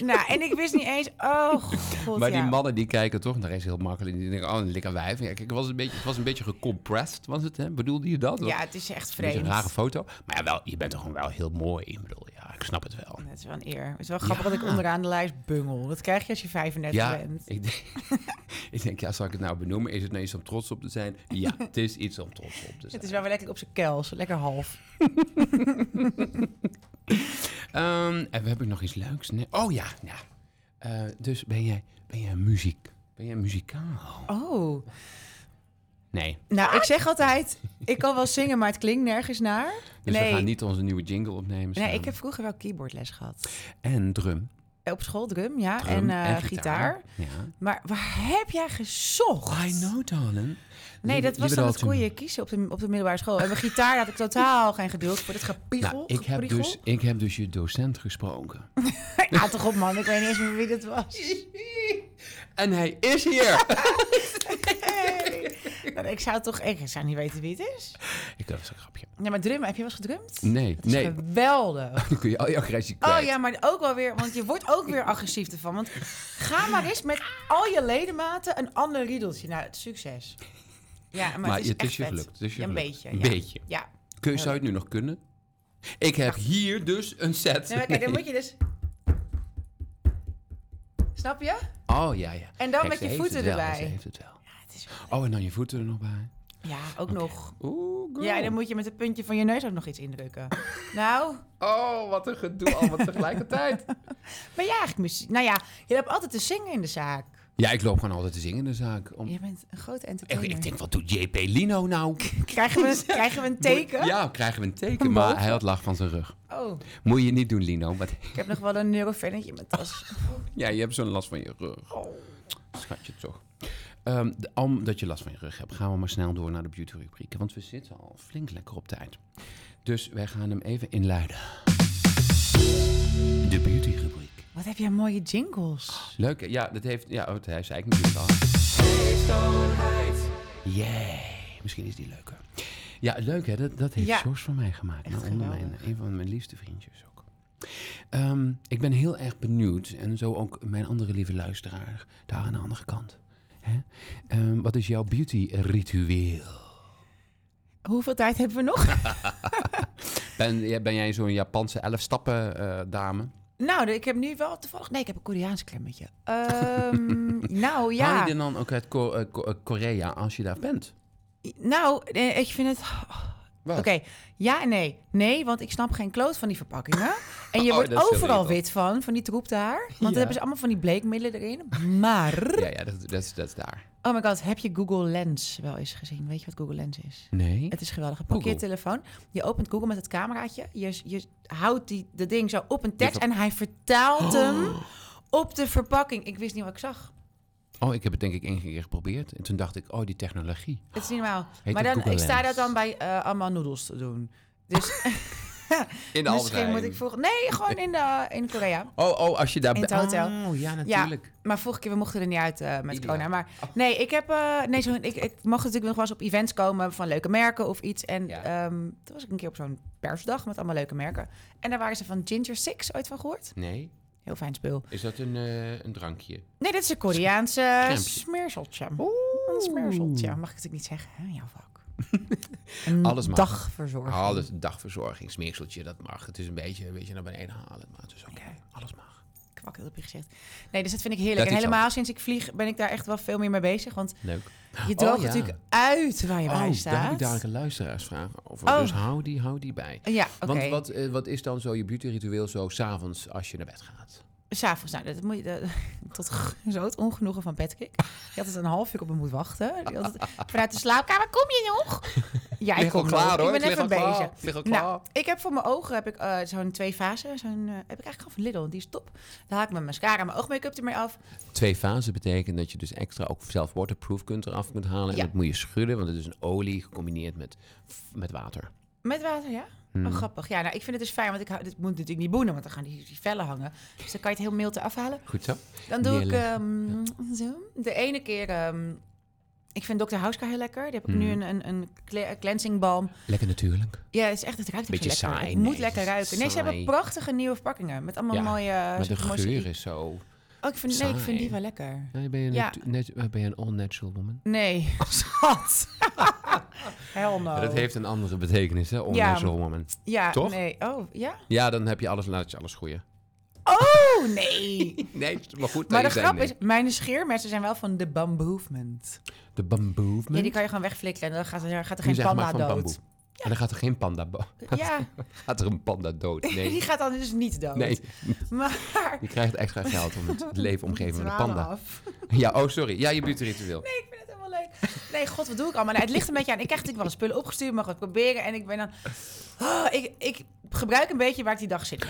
[LAUGHS] nou, en ik wist niet eens... Oh, [LAUGHS] god, Maar ja. die mannen die kijken toch naar eens heel makkelijk. Die denken, oh, een lekker wijf. Ja, kijk, het was een beetje, het was een beetje gecompressed, was het, hè? Bedoelde je dat? Ja, het is echt een beetje vreemd. een rare foto. Maar ja, wel, je bent toch gewoon wel heel mooi. Ik bedoel, ja, ik snap het wel. Dat is wel een eer. Het is wel grappig dat ik onderaan de lijst bungel. Dat krijg je als je 35 Ja, bent. ik denk, [LAUGHS] ik denk, ja, zal ik het nou benoemen? Is het nou iets om trots op te zijn? Ja, het is iets om trots op te zijn. [LAUGHS] Het is wel weer lekker op zijn kels. Lekker half. Ehm, en we hebben nog iets leuks. Nee. Oh ja, ja. Eh, dus ben jij, ben jij muziek? Ben jij muzikaal? Oh. Nee. Nou, ik zeg altijd, ik kan wel zingen, maar het klinkt nergens naar. Dus Nee. we gaan niet onze nieuwe jingle opnemen. Nee, samen. ik heb vroeger wel keyboardles gehad. Eh, En drum. Op school drum, ja. Drum en eh, gitaar. Ja. Maar waar heb jij gezocht? I know, darling. Leave- Nee, dat was leave dan it het all to me. koeien kiezen op de, op de middelbare school. En mijn gitaar had ik totaal geen geduld voor. Dit gepiegel, Nou, ik, heb gepriegel. [LAUGHS] dus, ik heb dus je docent gesproken. Ja, toch op man, ik weet niet eens meer wie dat [LAUGHS] was. en hij is hier! Hey. Nou, ik zou toch, ik zou niet weten wie het is. ik dat was een grapje. Ja, maar drummen, heb je wel eens gedrumd? Nee, Dat is nee. geweldig. Dan [LAUGHS] kun je al je agressie kwijt. Oh ja, maar ook wel weer, want je wordt ook weer agressief ervan. Want ga maar eens met al je ledematen een ander riedeltje. Nou, het succes. Ja, maar, Maar het is, het echt is je vet. gelukt, het is je ja, een gelukt. beetje. Een ja. beetje. Ja. Kun je, zou je het nu nog kunnen? Ik heb hier dus een set. Nee, maar kijk, dan moet je dus... Snap je? Oh ja, ja. En dan Kijk, met ze je heeft voeten het wel, erbij. Ze heeft het wel. Ja, het is... Oh, en dan je voeten er nog bij. ja ook nog. Oeh, girl. Ja, en dan moet je met het puntje van je neus ook nog iets indrukken. nou, Oh, wat een gedoe allemaal [LAUGHS] tegelijkertijd. ben jij eigenlijk muziek? Nou ja, je hebt altijd te zingen in de zaak. Ja, ik loop gewoon altijd te zingen in de zaak. Om... Je bent een grote Ik, entertainer. ik denk, wat doet JP Lino nou? [LAUGHS] Krijgen, we, krijgen we een teken? Ja, krijgen we een teken, maar hij had lach van zijn rug. Oh, Moet je niet doen, Lino. Want [LAUGHS] ik heb nog wel een neurofennetje in mijn tas. ja, je hebt zo'n last van je rug. Schatje toch. Ehm, d- omdat je last van je rug hebt, gaan we maar snel door naar de beauty rubrieken. Want we zitten al flink lekker op tijd. Dus wij gaan hem even inluiden. De beauty rubriek. Wat heb jij mooie jingles? Leuk, hè? ja, dat heeft. Ja, oh, dat hij zei ik natuurlijk al. Yeah, misschien is die leuker. Ja, leuk hè, dat, dat heeft Ja. George van mij gemaakt. Echt Nou, onder geweldig. mijn, een van mijn liefste vriendjes ook. Ehm, ik ben heel erg benieuwd, en zo ook mijn andere lieve luisteraar, daar aan de andere kant. Hè? Ehm, wat is jouw beauty ritueel? Hoeveel tijd hebben we nog? [LAUGHS] Ben, jij- ben jij zo'n Japanse elf stappen eh, dame? nou, ik heb nu wel toevallig... Nee, ik heb een Koreaans klemmetje. [LAUGHS] Ehm, nou, Haal je ja. dit dan ook uit Ko- eh, Ko- eh, Korea als je daar bent? Nou, eh, ik vind het... Wat? Oké, ja en nee. Nee, want ik snap geen kloot van die [LAUGHS] verpakkingen. En je Oh, wordt dat is heel overal irritant. wit van, van die troep daar. Want dan Ja. hebben ze allemaal van die bleekmiddelen erin. Maar... Ja, ja dat, dat, is- dat is daar. Oh my god, heb je Google Lens wel eens gezien? Weet je wat Google Lens is? Nee. Het is geweldig. Een Google. parkeertelefoon. Je opent Google met het cameraatje. Je, je houdt die, dat ding zo op een tekst ver- en hij vertaalt hem op de verpakking. Ik wist niet wat ik zag. Oh, ik heb het denk ik één keer geprobeerd. En toen dacht ik, oh, die technologie. Het is niet normaal. Heet maar het dan, Google ik sta Lens? dat dan bij eh, allemaal noedels te doen. Dus In misschien moet ik vroeg... Nee, gewoon in, de, in Korea. Oh, oh, als je daar... In het be- hotel. Oh, ja, natuurlijk. Maar vorige keer, we mochten er niet uit eh, Ideaal. met Oh. corona. Maar nee, ik heb... eh, nee, zo, ik, ik mag natuurlijk nog wel eens op events komen van leuke merken of iets. En Ja. ehm, toen was ik een keer op zo'n persdag met allemaal leuke merken. En daar waren ze van Ginger Six, ooit van gehoord? Nee, Heel fijn spul. is dat een, eh, een drankje? Nee, dit is een Koreaanse Crème. smeerseltje. Een smeerseltje. Mag ik het niet zeggen? Hè? Jouw [LAUGHS] vak. Alles mag. Dagverzorging. Haal het dagverzorging, smeerseltje, dat mag. Het is een beetje, een beetje naar beneden halen, maar het is oké. Alles mag. Ik kwak het op je gezicht. Nee, dus dat vind ik heerlijk. Dat en is helemaal sinds ik vlieg ben ik daar echt wel veel meer mee bezig. Want Leuk. je droogt Oh, ja. natuurlijk uit waar je Oh, bij daar heb staat. ik dadelijk een luisteraarsvraag over. Oh. Dus hou die, hou die bij. Ja, oké. Want wat, eh, wat is dan zo je beautyritueel zo s'avonds als je naar bed gaat? S'avonds, nou, dat moet je, dat- [LAUGHS] tot groot ongenoegen van Patrick. Je had het een half uur op hem moet wachten. Die had het- vanuit de slaapkamer, kom je [LAUGHS] nog? Ja, ik lig al kom klaar nog. hoor, Ik ben lig even al klaar. bezig. Ik lig al klaar. Nou, ik heb voor mijn ogen heb ik, eh, zo'n twee fasen. Zo'n, eh, heb ik eigenlijk al van Lidl, die is top. Daar haal ik mijn mascara en mijn oogmake-up ermee af. Twee fasen betekent dat je dus extra ook zelf waterproof kunt eraf kunt halen. Ja. En dat moet je schudden, want het is een olie gecombineerd met, met water. Met water, ja? Hmm. Oh, grappig. Ja, nou, ik vind het dus fijn, want ik hou, dit moet natuurlijk niet boenen, want dan gaan die, die vellen hangen. Dus dan kan je het heel mild eraf halen. Goed zo. Dan doe ik Neerleggen. ehm, zo. De ene keer... ehm, ik vind Dr. Housecar heel lekker. Die heb ik Mm. nu een, een, een cle- een cleansing balm. Lekker natuurlijk. Ja, het is echt, het ruikt even Beetje lekker. saai, het moet nee, lekker het is ruiken. Nee, ze saai. hebben prachtige nieuwe verpakkingen. Met allemaal Ja, mooie... Maar de supermooie- geur is zo. Oh, ik vind, nee, ik vind saai. die wel lekker. Ja, ben, je een Ja. natu- nat- eh, ben je een all-natural woman? Nee, schat. [LAUGHS] Hell no. Dat heeft een andere betekenis, hè? Onnational woman. Oh. ja, toch? Nee. Oh, ja? Ja, dan heb je alles, laat je alles groeien. Oh, [LAUGHS] nee. Nee, het is maar goed. maar de dat je zei grap nee. is, mijn scheermessen zijn wel van de bamboovement. De bamboe. Ja, die kan je gewoon wegflikkeren en dan gaat er, gaat er Die geen zijn panda gemaakt van dood. En dan gaat er geen panda... bo- [LAUGHS] Ja, [LAUGHS] Gaat er een panda [LAUGHS] dood? Nee. die gaat dan dus niet dood. Nee, Maar... je krijgt extra geld [LAUGHS] om het leven omgeven met een Dwalen panda. af. Ja, oh sorry. Ja, je buurtritueel. Ik vind het helemaal leuk. Nee, god, wat doe ik allemaal? Nou, het ligt een beetje aan. Ik krijg natuurlijk wel eens spullen opgestuurd, mag het proberen. En ik ben dan... Oh, ik, ik gebruik een beetje waar ik die dag zit.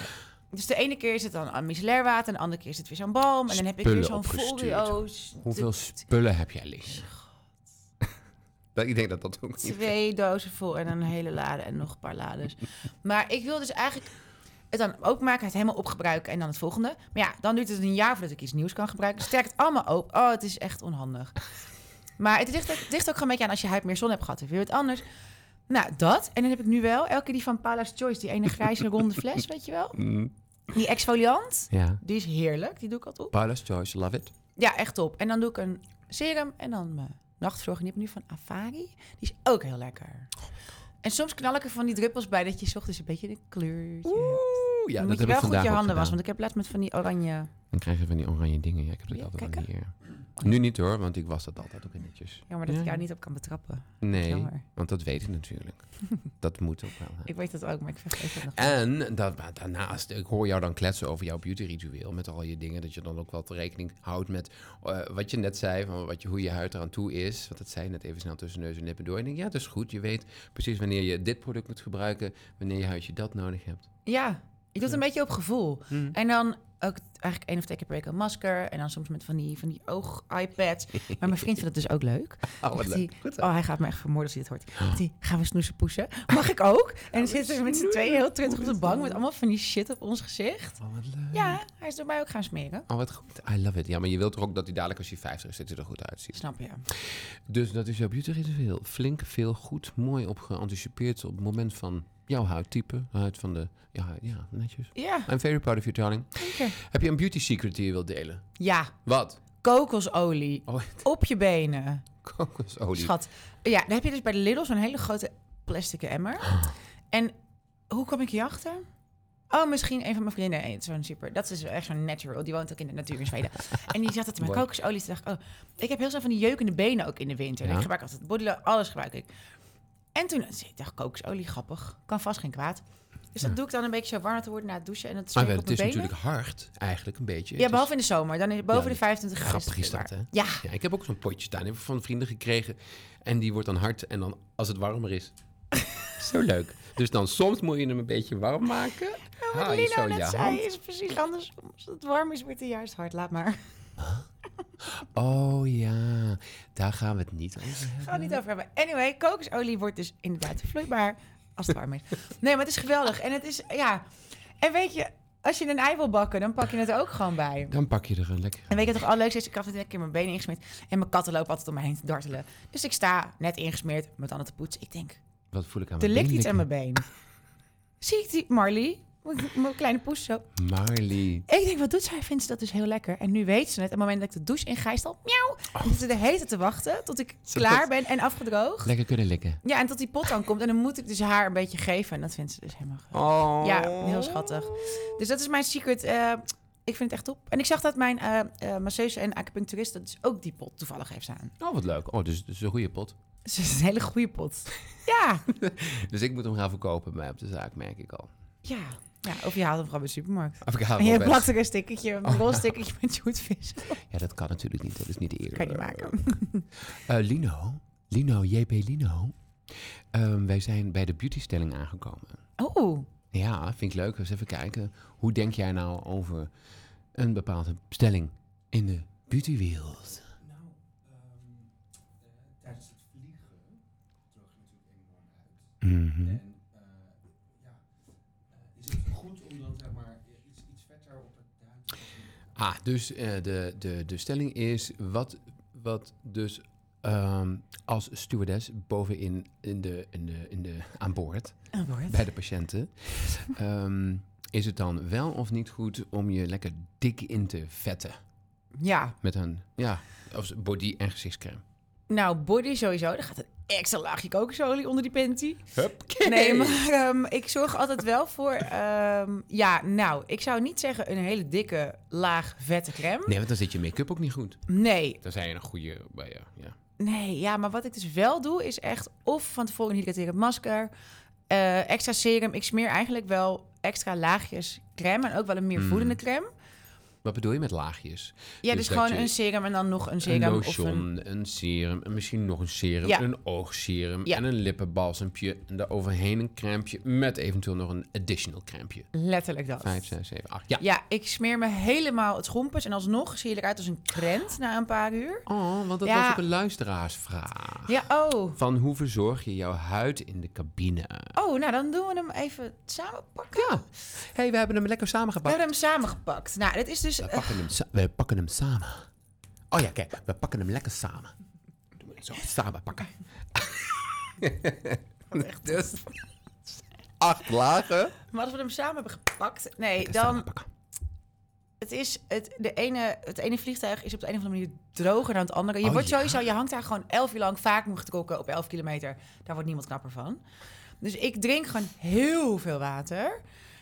Dus de ene keer is het dan een micellarwater, en de andere keer is het weer zo'n balm. En dan heb ik weer Spullen zo'n opgestuurd. folio's. Hoeveel spullen heb jij liggen? [LAUGHS] Dat- Ik denk dat dat ook niet... Twee dozen vol en een hele lade en nog een paar lades. Maar ik wil dus eigenlijk het dan ook maken, het helemaal opgebruiken en dan het volgende. Maar ja, dan duurt het een jaar voordat ik iets nieuws kan gebruiken. Dus sterk het allemaal op. Oh, het is echt onhandig. Maar het ligt, ook- het ligt ook gewoon een beetje aan als je huid meer zon hebt gehad. Heb je wat anders. Nou, dat. En dan heb ik nu wel elke keer die van Paula's Choice, die ene grijze ronde fles, weet je wel? Mm, Die exfoliant. Ja. Die is heerlijk. Die doe ik altijd op. Paula's Choice, love it. Ja, echt top. En dan doe ik een serum en dan mijn nachtvlog. En die heb ik nu van Afari. Die is ook heel lekker. En soms knal ik er van die druppels bij dat je 's ochtends een beetje een kleurtje hebt. Oeh, ja, dat Dan moet je heb ik wel goed vandaag je ook handen gedaan. wassen, want ik heb laatst met van die oranje... Dan krijg je van die oranje dingen. Ja, ik heb dat Ja, altijd kijk, aan hier. Nu niet hoor, want ik was dat altijd ook netjes. Jammer dat ik Ja. jou niet op kan betrappen. Nee, Jammer. want dat weet ik [LAUGHS] natuurlijk. dat moet ook wel. hè. Ik weet dat ook, maar ik vergeet het nog. En dat, maar daarnaast, ik hoor jou dan kletsen over jouw beautyritueel met al je dingen. Dat je dan ook wel rekening houdt met eh, wat je net zei, van wat je, hoe je huid eraan toe is. Want dat zei je net even snel tussen neus en lippen door. En ik denk, ja, dat is goed. Je weet precies wanneer je dit product moet gebruiken, wanneer je huidje dat nodig hebt. Ja, ik doe het een beetje op gevoel. Hmm. En dan ook eigenlijk één of twee keer per week een masker. En dan soms met van die, van die oog-iPads. [LAUGHS] Maar mijn vriend vindt dat dus ook leuk. Oh, wat Zegt leuk. hij, Goed hè? Oh, hij gaat me echt vermoorden als hij dit hoort. Zegt hij, gaan we snoezen poesen? Mag ik ook? En dan zitten we met z'n tweeën heel truttig op de bank... met allemaal van die shit op ons gezicht. Oh, wat leuk. Ja, hij is door mij ook gaan smeren. Oh, wat goed. I love it. Ja, maar je wilt toch ook dat hij dadelijk als hij 50 is, dat hij er goed uitziet. Snap je? Dus dat is jouw beautyritueel. Flink veel goed, mooi op geanticipeerd op het moment van jouw huidtype. Huid van de... Ja, ja netjes. Ja, I'm very proud of you, darling. dank je. Heb je een beauty secret die je wilt delen? Ja, Wat? kokosolie. Oh, Op je benen. kokosolie. Schat. Ja, dan heb je dus bij de Lidl zo'n hele grote [GASPS] plastic emmer. En hoe kwam ik hierachter? Oh, misschien een van mijn vriendinnen eet zo'n super. Dat is echt zo'n natural. Die woont ook in de natuur in [LAUGHS] Zweden. En die zat het met Mooi. kokosolie. Toen dacht ik, oh, ik heb heel snel van die jeukende benen ook in de winter. En Ja. Ik gebruik altijd bodylo, alles gebruik ik. En toen dacht ik, dacht, kokosolie, grappig. Kan vast geen kwaad. Dus dat doe ik dan een beetje zo warm te worden na het douchen. En dat Maar smeer ik op Ah, het is mijn benen. natuurlijk hard, eigenlijk een beetje. Ja, Het behalve in de zomer. Dan is boven Ja, de 25 graden. grappig is dat, het hè? weer warm. Ja, is- Ja, ik heb ook zo'n potje staan. Die heb ik van vrienden gekregen. En die wordt dan hard. En dan als het warmer [LAUGHS] is. Zo leuk. Dus dan soms moet je hem een beetje warm maken. Ja, wat Haal je Lino zo net je zei hand. is precies andersom. Als het warm is, wordt hij juist hard. Laat maar. Oh ja, daar gaan we het niet over hebben. Gaan we het niet over hebben. Anyway, kokosolie wordt dus inderdaad vloeibaar als het [LAUGHS] warm is. Nee, maar het is geweldig. En het is, ja... En weet je, als je een ei wil bakken, dan pak je het ook gewoon bij. Dan pak je er een lekker. En weet je wat toch al leuk is? Ik had het een keer mijn benen ingesmeerd. En mijn katten lopen altijd om me heen te dartelen. Dus ik sta net ingesmeerd, mijn tanden te poetsen. Ik denk, Wat voel ik aan er mijn ligt iets aan been mijn been. Zie ik die Marley? Mijn- Mijn kleine poes zo. likken? Marley. Ik denk, wat doet zij? Vindt ze dat dus heel lekker? En nu weet ze het. En op het moment dat ik de douche inga, is het al miauw. Dan zit ze de hete te wachten tot ik Oh. Ze klaar dat- ben en afgedroogd. Lekker kunnen likken. Ja, en tot die pot dan komt. En dan moet ik dus haar een beetje geven. En dat vindt ze dus helemaal geweldig. Oh. Ja, heel schattig. Dus dat is mijn secret. Eh, ik vind het echt top. En ik zag dat mijn eh eh, masseuse en acupuncturist dat dus ook die pot toevallig heeft staan. Oh, wat leuk. Oh, dus, dus een goede pot. Dus het is een hele goede [LAUGHS] pot. Ja. Dus ik moet hem gaan verkopen bij mij op de zaak, merk ik al. Ja. ja of je haalt hem gewoon bij de supermarkt. Of ik haal En hem je op plakt er een stickertje, Oh. een rol stickertje met joetvis. Ja, dat kan natuurlijk niet. Dat is niet eerlijk. Kan je niet maken. Eh, Lino, Lino, JP Lino. Ehm, wij zijn bij de beautystelling aangekomen. Oh, Ja, vind ik leuk. Eens even kijken. Hoe denk jij nou over een bepaalde stelling in de beautywereld? Nou, ehm, eh, tijdens het vliegen droog je natuurlijk enorm uit. Mhm. En eh, ja, eh, is het goed om dan zeg maar iets, iets vetter op het Duits te doen? Ah, dus eh, de, de, de stelling is wat, wat dus ehm, als stewardess bovenin in de, in de, in de, aan boord een woord. bij de patiënten. ehm, is het dan wel of niet goed om je lekker dik in te vetten? Ja, Met een, ja, of body- en gezichtscreme. Nou, body sowieso. Daar gaat het extra laagje kokosolie onder die panty. Hup. Nee, maar ehm, ik zorg altijd wel voor... ehm, ja, nou, ik zou niet zeggen een hele dikke laag vette crème. Nee, want dan zit je make-up ook niet goed. Nee, Dan zijn je een goede bij ja, ja. nee. Ja, maar wat ik dus wel doe is echt... of van tevoren een hydraterend masker, eh, extra serum. Ik smeer eigenlijk wel extra laagjes crème en ook wel een meer voedende crème. Wat bedoel je met laagjes? Ja, Hmm. Dus dus, dat gewoon je een serum en dan nog een een serum. lotion, Of een, een... serum, en misschien nog een serum, Ja. een oogserum Ja. en een lippenbalsempje. En daaroverheen een crèmeje met eventueel nog een additional crèmeje. letterlijk dat. Vijf, zes, zeven, acht. Ja. Ja, ik smeer me helemaal het schompers. En alsnog zie je eruit als een krent na een paar uur. Oh, want dat Ja. was ook een luisteraarsvraag. Ja, oh. Van hoe verzorg je jouw huid in de cabine? Oh, nou dan doen we hem even samen pakken. Ja. hey, we hebben hem lekker We samengepakt. hebben hem samengepakt. Nou, dit is dus... We pakken, hem sa- we pakken hem samen. Oh ja, kijk, we pakken hem lekker samen. Doen we het zo samen pakken. [LAUGHS] Echt dus. Acht lagen. Maar als we hem samen hebben gepakt... Nee, Lekker dan... samen pakken. Het is... Het, de ene, het ene vliegtuig is op de een of andere manier droger dan het andere. Je Oh, wordt ja. sowieso... Je hangt daar gewoon elf uur lang vaak moet koken op elf kilometer. Daar wordt niemand knapper van. Dus ik drink gewoon heel veel water.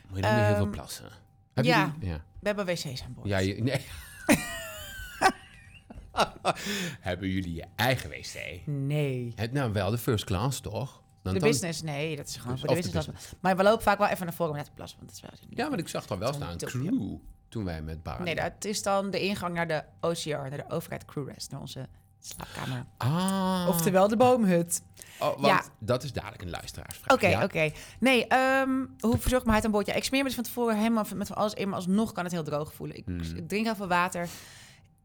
Moet je dan niet heel veel Ehm, plassen? Heb je ja. die- ja. We hebben wc's aan boord. Ja, je- nee. [LAUGHS] Hebben jullie je eigen wc? Nee. Het nou wel de first class, toch? Dan- De dan- business, nee, dat is gewoon Dus voor de of de business. Maar we lopen vaak wel even naar voren om net te plassen, want het is wel... Ja, maar ik zag er wel staan. Zo'n Crew. Toen wij met Barend. Nee, dat is dan de ingang naar de OCR, naar de overheid crew rest, naar onze slaapkamer. Ah. Oh. Oftewel de boomhut. Oh, want Ja. dat is dadelijk een luisteraarsvraag. Oké, ja? oké. Nee, ehm, hoe verzorg ik mijn huid aan boord? Ja, ik smeer me dus van tevoren helemaal met van alles in, maar alsnog kan het heel droog voelen. Ik, ik drink heel veel water.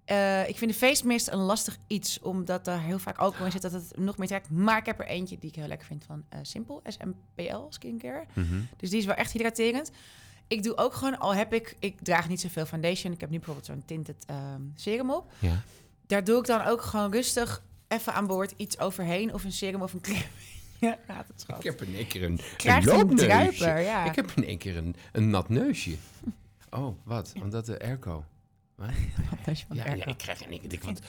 Eh, ik vind de feestmist een lastig iets, omdat er heel vaak alcohol in zit dat het nog meer trekt. Maar ik heb er eentje die ik heel lekker vind van eh, Simpel, SMPL Skincare. Dus die is wel echt hydraterend. Ik doe ook gewoon, al heb ik, ik draag niet zoveel foundation. Ik heb nu bijvoorbeeld zo'n tinted ehm, serum op. Ja. Daar doe ik dan ook gewoon rustig even aan boord iets overheen. Of een serum of een crème. [LAUGHS] ja, gaat het schat. Ik heb in één keer een, een Krijgt een loopneusje. druiper, ja. Ik heb in één keer een, een nat neusje. Oh, wat? Omdat de airco. Wat? [LAUGHS] Ja, ja, ik krijg in één keer... Ik, wat,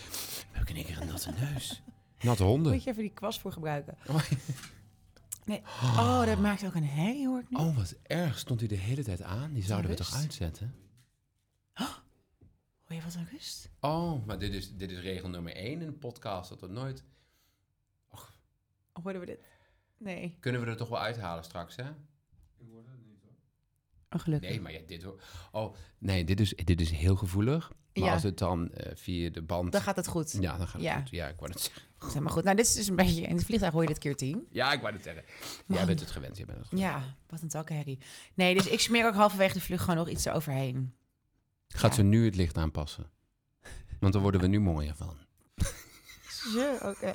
heb ik in één keer een natte neus? [LAUGHS] Natte honden. Moet je even die kwast voor gebruiken. Oh, Nee. Oh, dat maakt ook een herrie, hoor ik nu. Oh, wat erg. Stond hij de hele tijd aan? Die zouden we Rust. toch uitzetten? Hoor je wat een rust? Oh, maar dit is, dit is regel nummer één in de podcast. Dat er nooit... Oh, Hoorden we dit? Nee. Kunnen we er toch wel uithalen straks, hè? Oh, gelukkig. Nee, maar ja, dit... ho- Oh, nee, dit is, dit is heel gevoelig. Maar Ja. als het dan eh, via de band... Dan gaat het goed. Ja, dan gaat het Ja. goed. Ja, ik wou het zeggen. Is helemaal goed. Nou, dit is dus een beetje... In het vliegtuig hoor je dit keer tien. Ja, ik wou het zeggen. Jij bent het gewend, jij bent het gewend. Ja, wat een takkenherrie. Nee, dus ik smeer ook halverwege de vlucht gewoon nog iets eroverheen. Gaat ze nu het licht aanpassen? Want dan worden we nu mooier van. Zo, oké.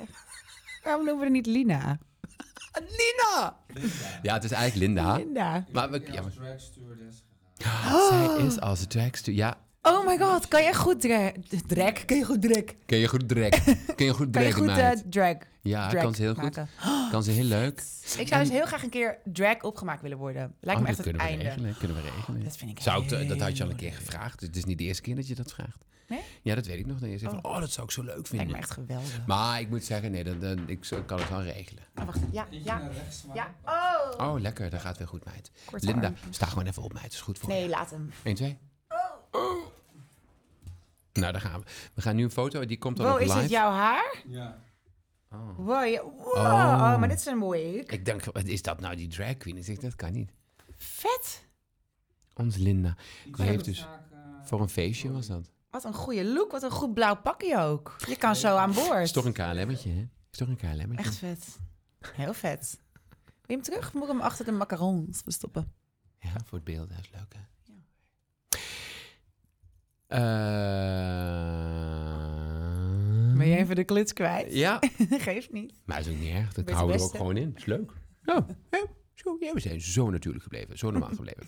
Waarom noemen we er niet Lina? [LAUGHS] Lina! Ja, het is eigenlijk Linda. Linda. Maar Ik we, ben ja, als maar- drag stewardess gegaan. zij is als dragster. Ja, Oh my god, kan je goed drag? Drag? Kun je goed drag? kun je goed [LAUGHS] drag. Kun je goed Kan je drag, goed eh, meid. drag? Ja, drag kan ze heel goed. maken? Oh, Kan ze heel leuk. Ik zou dus heel graag een keer drag opgemaakt willen worden. Lijkt Oh, me dat echt het kunnen we einde. regelen. Kunnen we regelen. Dat vind ik Zou ik, te- dat heel had je al een keer leuk. gevraagd. Het is niet de eerste keer dat je dat vraagt. Nee? Ja, dat weet ik nog. Dat je zegt van, oh, dat zou ik zo leuk Lijkt me vinden. echt geweldig. Maar ik moet zeggen, nee, dat, dat- ik zo- kan het wel regelen. Oh, wacht, ja, Eentje ja, naar rechts maken. ja. Oh! Oh, lekker. Dat gaat weer goed, meid. Korte Linda, armpjes. sta gewoon even op, meid. Dat is goed voor Nee, je. laat hem. 1, 2. Nou, daar gaan we. We gaan nu een foto, die komt dan Wow, op is live. dit jouw haar? Ja. Wow, ja- wow. Oh. Oh, maar dit is een wig. Ik denk, wat is dat nou, die drag queen? Ik zeg, dat kan niet. Vet! Ons Linda. Iets Die heeft met dus- zaak, eh, Voor een feestje was dat. Wat een goede look, wat een goed blauw pakje ook. Je kan zo aan boord. Is toch een KLM'tje, hè? Is toch een KLM'tje? Echt vet. Heel vet. Wil je hem terug? Of Moet ik hem achter de macarons verstoppen? Ja, voor het beeld. Dat is leuk, hè? Ja. Eh, Ben je even de kluts kwijt? Ja, [LAUGHS] Geeft niet. maar dat is ook niet erg. Dat Beetje houden we best, ook gewoon in. is leuk. Ja, ja, zo, ja, we zijn zo natuurlijk gebleven. Zo normaal [LAUGHS] gebleven.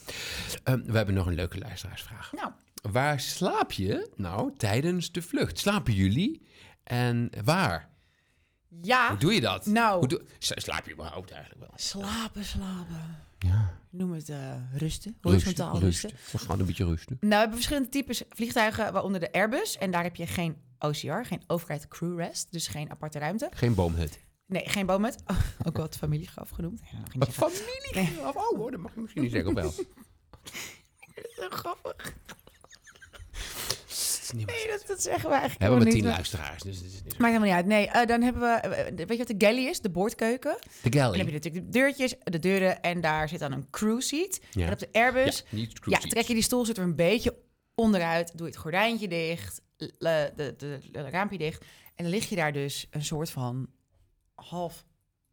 Ehm, we hebben nog een leuke luisteraarsvraag. Nou, Waar slaap je nou tijdens de vlucht? Slapen jullie? En waar? ja. Hoe doe je dat? Nou. Hoe doe- Sla- slaap je überhaupt eigenlijk wel? Slapen, slapen. Ja. Noem het eh, rusten. Horizontaal rusten. We gaan een beetje rusten. Nou, we hebben verschillende types vliegtuigen, waaronder de Airbus. En daar heb je geen OCR, geen overheid crew rest. Dus geen aparte ruimte. Geen boomhut. Nee, geen boom met. [LAUGHS] ook wel het familiegraf genoemd. Ja, dat ging ik zeggen. Familie? Of, oh, hoor, dat mag je misschien niet zeggen, of [LAUGHS] wel? Zo [LAUGHS] grappig. Het is niet meer- Nee, dat, dat zeggen we eigenlijk We hebben maar helemaal tien niet. luisteraars, dus het is niet... Maakt helemaal niet uit. Nee, eh, dan hebben we... eh, Weet je wat de galley is? De boordkeuken. De Dan heb je galley. natuurlijk de deurtjes, de deuren en daar zit dan een crew seat. Ja. En op de Airbus, Ja, niet ja, cruise trek je die stoel zit er een beetje onderuit, doe je het gordijntje dicht, l- de, de, de, de raampje dicht en dan lig je daar dus een soort van half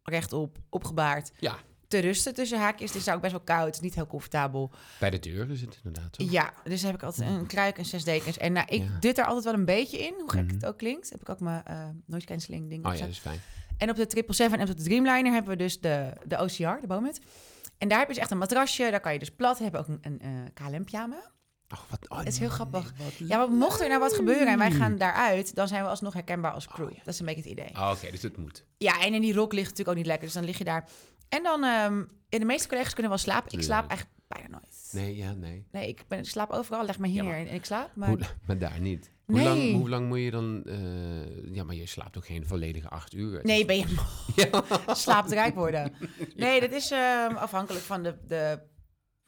rechtop, opgebaard, Ja. te rusten tussen haakjes. Het is daar ook best wel koud, het is niet heel comfortabel. Bij de deur is het inderdaad, toch? Ja, dus heb ik altijd een kruik en zes dekens. En nou, ik Ja. dut er altijd wel een beetje in, hoe gek het Mhm. ook klinkt. Heb ik ook mijn eh noise cancelling ding Oh ja, op staan. dat is fijn. En op de 777 en op de Dreamliner hebben we dus de, de OCR, de Bowmet. En daar heb je dus echt een matrasje, daar kan je dus plat hebben, ook een, een KLM-pyjama. Oh, wat... Oh, Dat is heel grappig. wat Ja, maar mocht er nou wat gebeuren en wij gaan daaruit, dan zijn we alsnog herkenbaar als crew. Dat is een beetje het idee. Oh, Oké, dus het moet. Ja, en in die rok ligt het natuurlijk ook niet lekker, dus dan lig je daar. En dan, ehm, ja, de meeste collega's kunnen wel slapen. Ik slaap Tuurlijk. eigenlijk bijna nooit. Nee, ja, nee. Nee, ik ben, ik slaap overal, leg me hier Ja, maar- en ik slaap. Maar Maar, maar daar niet. Hoe, Nee. lang, hoe lang moet je dan... eh, ja, maar je slaapt ook geen volledige acht uur. Het [LAUGHS] Nee, is- ben je [LAUGHS] [LAUGHS] slaapdrijk worden. Nee, dat is ehm, afhankelijk van de, de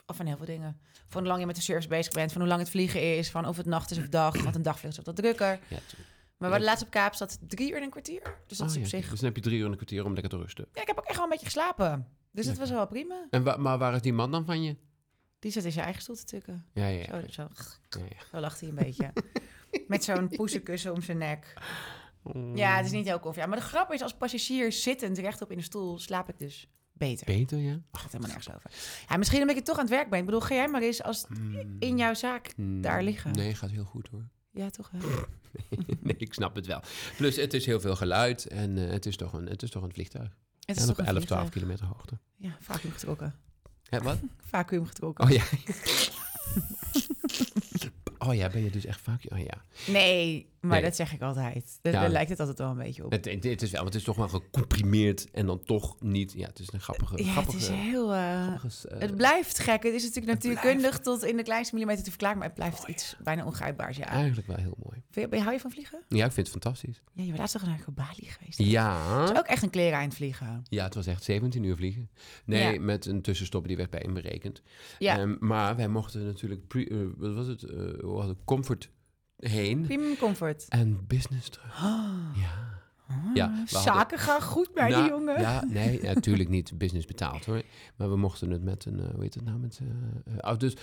of van heel veel dingen. Van hoe lang je met de service bezig bent, van hoe lang het vliegen is, van of het nacht is of dag. Want een dagvlucht is wat drukker. Ja, tuurlijk. Maar we hadden laatst op Kaap zat drie uur en een kwartier. Dus dat Oh, is op ja. zich. Dus dan heb je drie uur en een kwartier om lekker te rusten. Ja, ik heb ook echt wel een beetje geslapen. Dus dat was wel prima. En wa- maar waar is die man dan van je? Die zat in zijn eigen stoel te tukken. Ja, ja, ja. Zo, zo, ja, ja. zo lacht hij een [LAUGHS] beetje. Met zo'n poezenkussen om zijn nek. Ja, het is niet heel comfortabel. Maar de grap is, als passagier zittend rechtop in de stoel, slaap ik dus beter. Beter, ja? gaat helemaal nergens over. Ja, misschien omdat ik toch aan het werk ben. Ik bedoel, ga jij maar eens als Hmm. in jouw zaak. Mm, Hm. daar liggen. Nee, gaat heel goed hoor. [LAUGHS] Ja, toch wel. nee, ik snap het wel. Plus, het is heel veel geluid en eh, het, is toch een, het is toch een vliegtuig. Het en toch op een 11, 12 vliegtuig. kilometer hoogte. Ja, vacuüm getrokken. Hè, wat? Vacuüm getrokken. Oh ja. [LAUGHS] oh ja, ben je dus echt vaak... Oh ja. Nee, maar Nee. dat zeg ik altijd. Daar, Ja. daar lijkt het altijd wel een beetje op. Het, het, het is wel, want het is toch wel gecomprimeerd en dan toch niet... Ja, het is een grappige... ja, het grappige, is heel... eh, grappige, eh, het blijft gek. Het is natuurlijk natuurkundig tot in de kleinste millimeter te verklaren, maar het blijft Oh, iets bijna ongrijpbaars. Ja. Eigenlijk wel heel mooi. Vind je- Hou je van vliegen? Ja, ik vind het fantastisch. Ja, je bent laatst toch naar Bali geweest. Ja. Dat is ook echt een kleren aan het vliegen. Ja, het was echt 17 uur vliegen. Nee, Ja. met een tussenstop die werd bij inberekend. Ja. Ehm, maar wij mochten natuurlijk, pre- eh, wat was het, Eh, we hadden comfort heen Premium comfort. en business [GASPS] terug. Ja. Oh, ja, we hadden- Zaken gaan goed bij Nou, die jongen. Ja, [LAUGHS] nee, natuurlijk niet business betaald hoor. Maar we mochten het met een, eh, hoe heet het nou, met, eh eh, oh, dus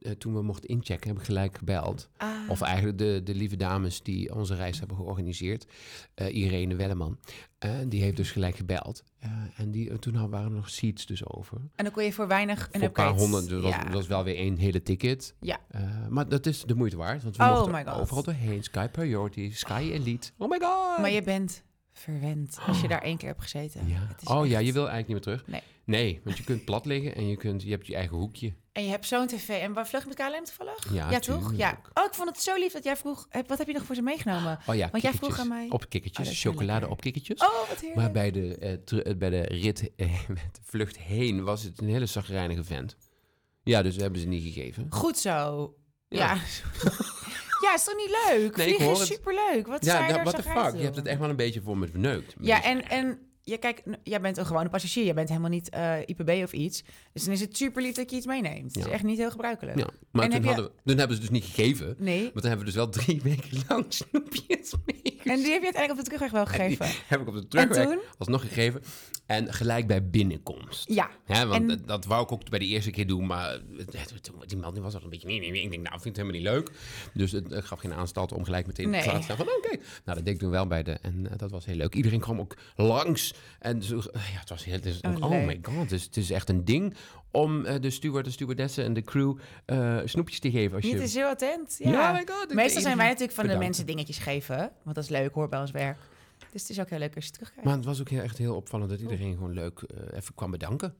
eh, toen we mochten inchecken heb ik gelijk gebeld. Ah. Of eigenlijk de, de lieve dames die onze reis hebben georganiseerd. eh, Irene Welleman. Eh, die heeft dus gelijk gebeld. Eh, en die, en toen hadden- waren er nog seats dus over. En dan kon je voor weinig een voor een paar upgrade. honderd. dus Dat was, Ja. dat was wel weer één hele ticket. Ja. Eh, maar dat is de moeite waard. Want we Oh my mochten God. overal doorheen. Sky Priority, Sky Elite. Oh my god. Maar je bent verwend als je daar één keer hebt gezeten. ja. Het is Oh ja, echt- je wil eigenlijk niet meer terug. Nee. Nee, want je kunt plat liggen en je, kunt, je hebt je eigen hoekje. En je hebt zo'n tv. En waar vlug je met KLM toevallig? Ja, toch? Ja. tuurlijk. Oh, ik vond het zo lief dat jij vroeg... heb- Wat heb je nog voor ze meegenomen? Oh ja, Want jij vroeg kikkertjes. aan mij- Op Oh, kikkertjes, dat is wel chocolade lekker. op kikkertjes. Oh, wat heerlijk. Maar bij de, eh, teru- eh, bij de rit, eh, [LAUGHS] met de vlucht heen, was het een hele zagrijnige vent. Ja, dus we hebben ze niet gegeven. Goed zo. Ja. Ja. [LAUGHS] Ja. is toch niet leuk? Nee, ik Vliegen hoor is het. superleuk. Wat ja, zijn nou, daar what the chagrijns fuck? Je door? hebt het echt wel een beetje voor me verneukt. Ja, en, en ja, kijk, n- jij bent een gewone passagier. Jij bent helemaal niet eh, IPB of iets. Dus dan is het super lief dat je iets meeneemt. Het Ja. is echt niet heel gebruikelijk. Ja, maar En toen, heb je- hadden we, toen hebben ze het dus niet gegeven. Nee. Maar dan hebben we dus wel drie [LAUGHS] weken lang snoepjes meegegeven. En die heb je uiteindelijk op de terugweg wel gegeven. Heb ik op de toen? terugweg alsnog gegeven. En gelijk bij binnenkomst. Ja. Hè, want En- eh, dat wou ik ook bij de eerste keer doen, maar het- het- toen- die melding was al een beetje... Nee, nee, nee. Ik denk, nou, ik vind het helemaal niet leuk. Dus het, eh, gaf geen aanstalten om gelijk meteen Nee. klaar te staan van, oh, kijk. Nou, dat deed ik toen wel bij de... En eh, dat was heel leuk. Iedereen kwam ook langs. En zo, eh, ja, het was heel... Het is, Oh, oh leuk. my god, dus, het is echt een ding om eh, de steward, de stewardessen en de crew eh, snoepjes te geven. Als Niet je, is heel attent. Ja. Ja, my god. ik- Meestal zijn wij iedereen- natuurlijk van de Bedankt. mensen dingetjes geven. Want dat is leuk hoor bij ons werk. Dus het is ook heel leuk als je het terugkrijgt. Maar het was ook heel, echt heel opvallend dat iedereen gewoon leuk eh, even kwam bedanken.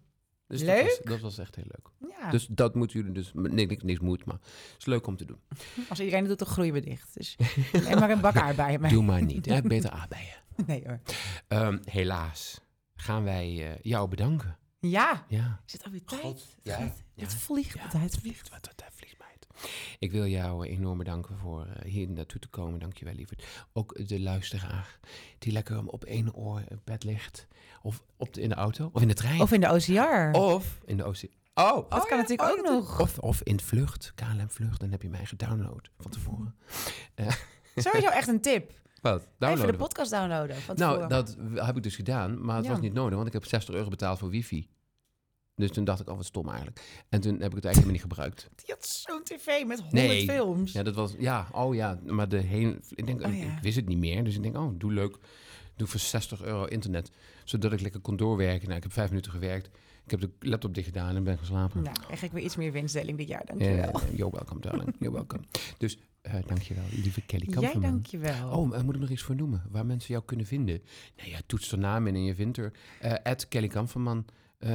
Dus Dat was, Leuk? dat was echt heel leuk. Ja. Dus dat moeten jullie dus... Nee, niks, niks moet, maar het is leuk om te doen. Als iedereen het doet, dan groeien we dicht. [LAUGHS] Dus en maar een bak aardbeien. Maar... Doe maar niet. [LAUGHS] Hè, beter aardbeien. Nee hoor. Ehm, helaas gaan wij eh, jou bedanken. Ja. Ja. Is het alweer tijd? God, Het ja, gaat- ja. Het vliegt. Ja, Het vliegt. Wat dat vliegt mij. Ik wil jou eh, enorm bedanken voor eh, hier naartoe te komen. Dankjewel, lieverd. Ook de luisteraar die lekker op één oor in bed ligt. Of op de- in de auto. Of in de trein. Of in de OCR. Of in de oceaan. Oh, dat kan natuurlijk ook nog. Of, of in Vlucht, KLM Vlucht. Dan heb je mij gedownload van tevoren. Sowieso echt een tip. Wat? Even Downloaden? de podcast downloaden. Van nou, tevoren. dat w- heb ik dus gedaan. Maar het Ja. was niet nodig, want ik heb 60 euro betaald voor wifi. Dus toen dacht ik, oh wat stom eigenlijk. En toen heb ik het eigenlijk helemaal niet gebruikt. Die had zo'n tv met 100 Nee. films. Ja, dat was, ja, oh ja. Maar de hele, ik, denk, Oh ik- ja. ik wist het niet meer. Dus ik denk, oh, doe leuk. Doe voor 60 euro internet. Zodat ik lekker kon doorwerken. Nou, ik heb vijf minuten gewerkt. Ik heb de laptop dicht gedaan en ben gaan slapen. Nou, krijg ik weer iets meer winstdeling dit jaar. Ja, Dankjewel. ja, you're welcome, darling. You're welcome. Dus eh dankjewel, lieve Kelly Jij Kamperman. dankjewel. Oh, en moet ik nog iets voor noemen? Waar mensen jou kunnen vinden? Nou ja, toets de naam in en je vindt er. eh, at Kelly Kamperman. eh,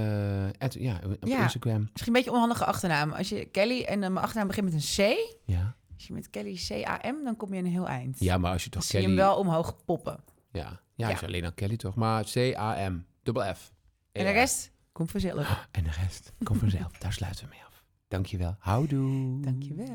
at- ja, op Ja. Instagram. Misschien een beetje onhandige achternaam. Als je Kelly en dan mijn achternaam begint met een C. Ja. Als je met Kelly C-A-M, dan kom je een heel eind. ja, maar als je dan toch zie Kelly... je hem wel omhoog poppen. Ja, ja, Ja. Is alleen al Kelly toch. Maar C-A-M, dubbel F. En de rest komt vanzelf. En de rest, kom vanzelf. Daar sluiten we mee af. Dankjewel. Houdoe. Dankjewel.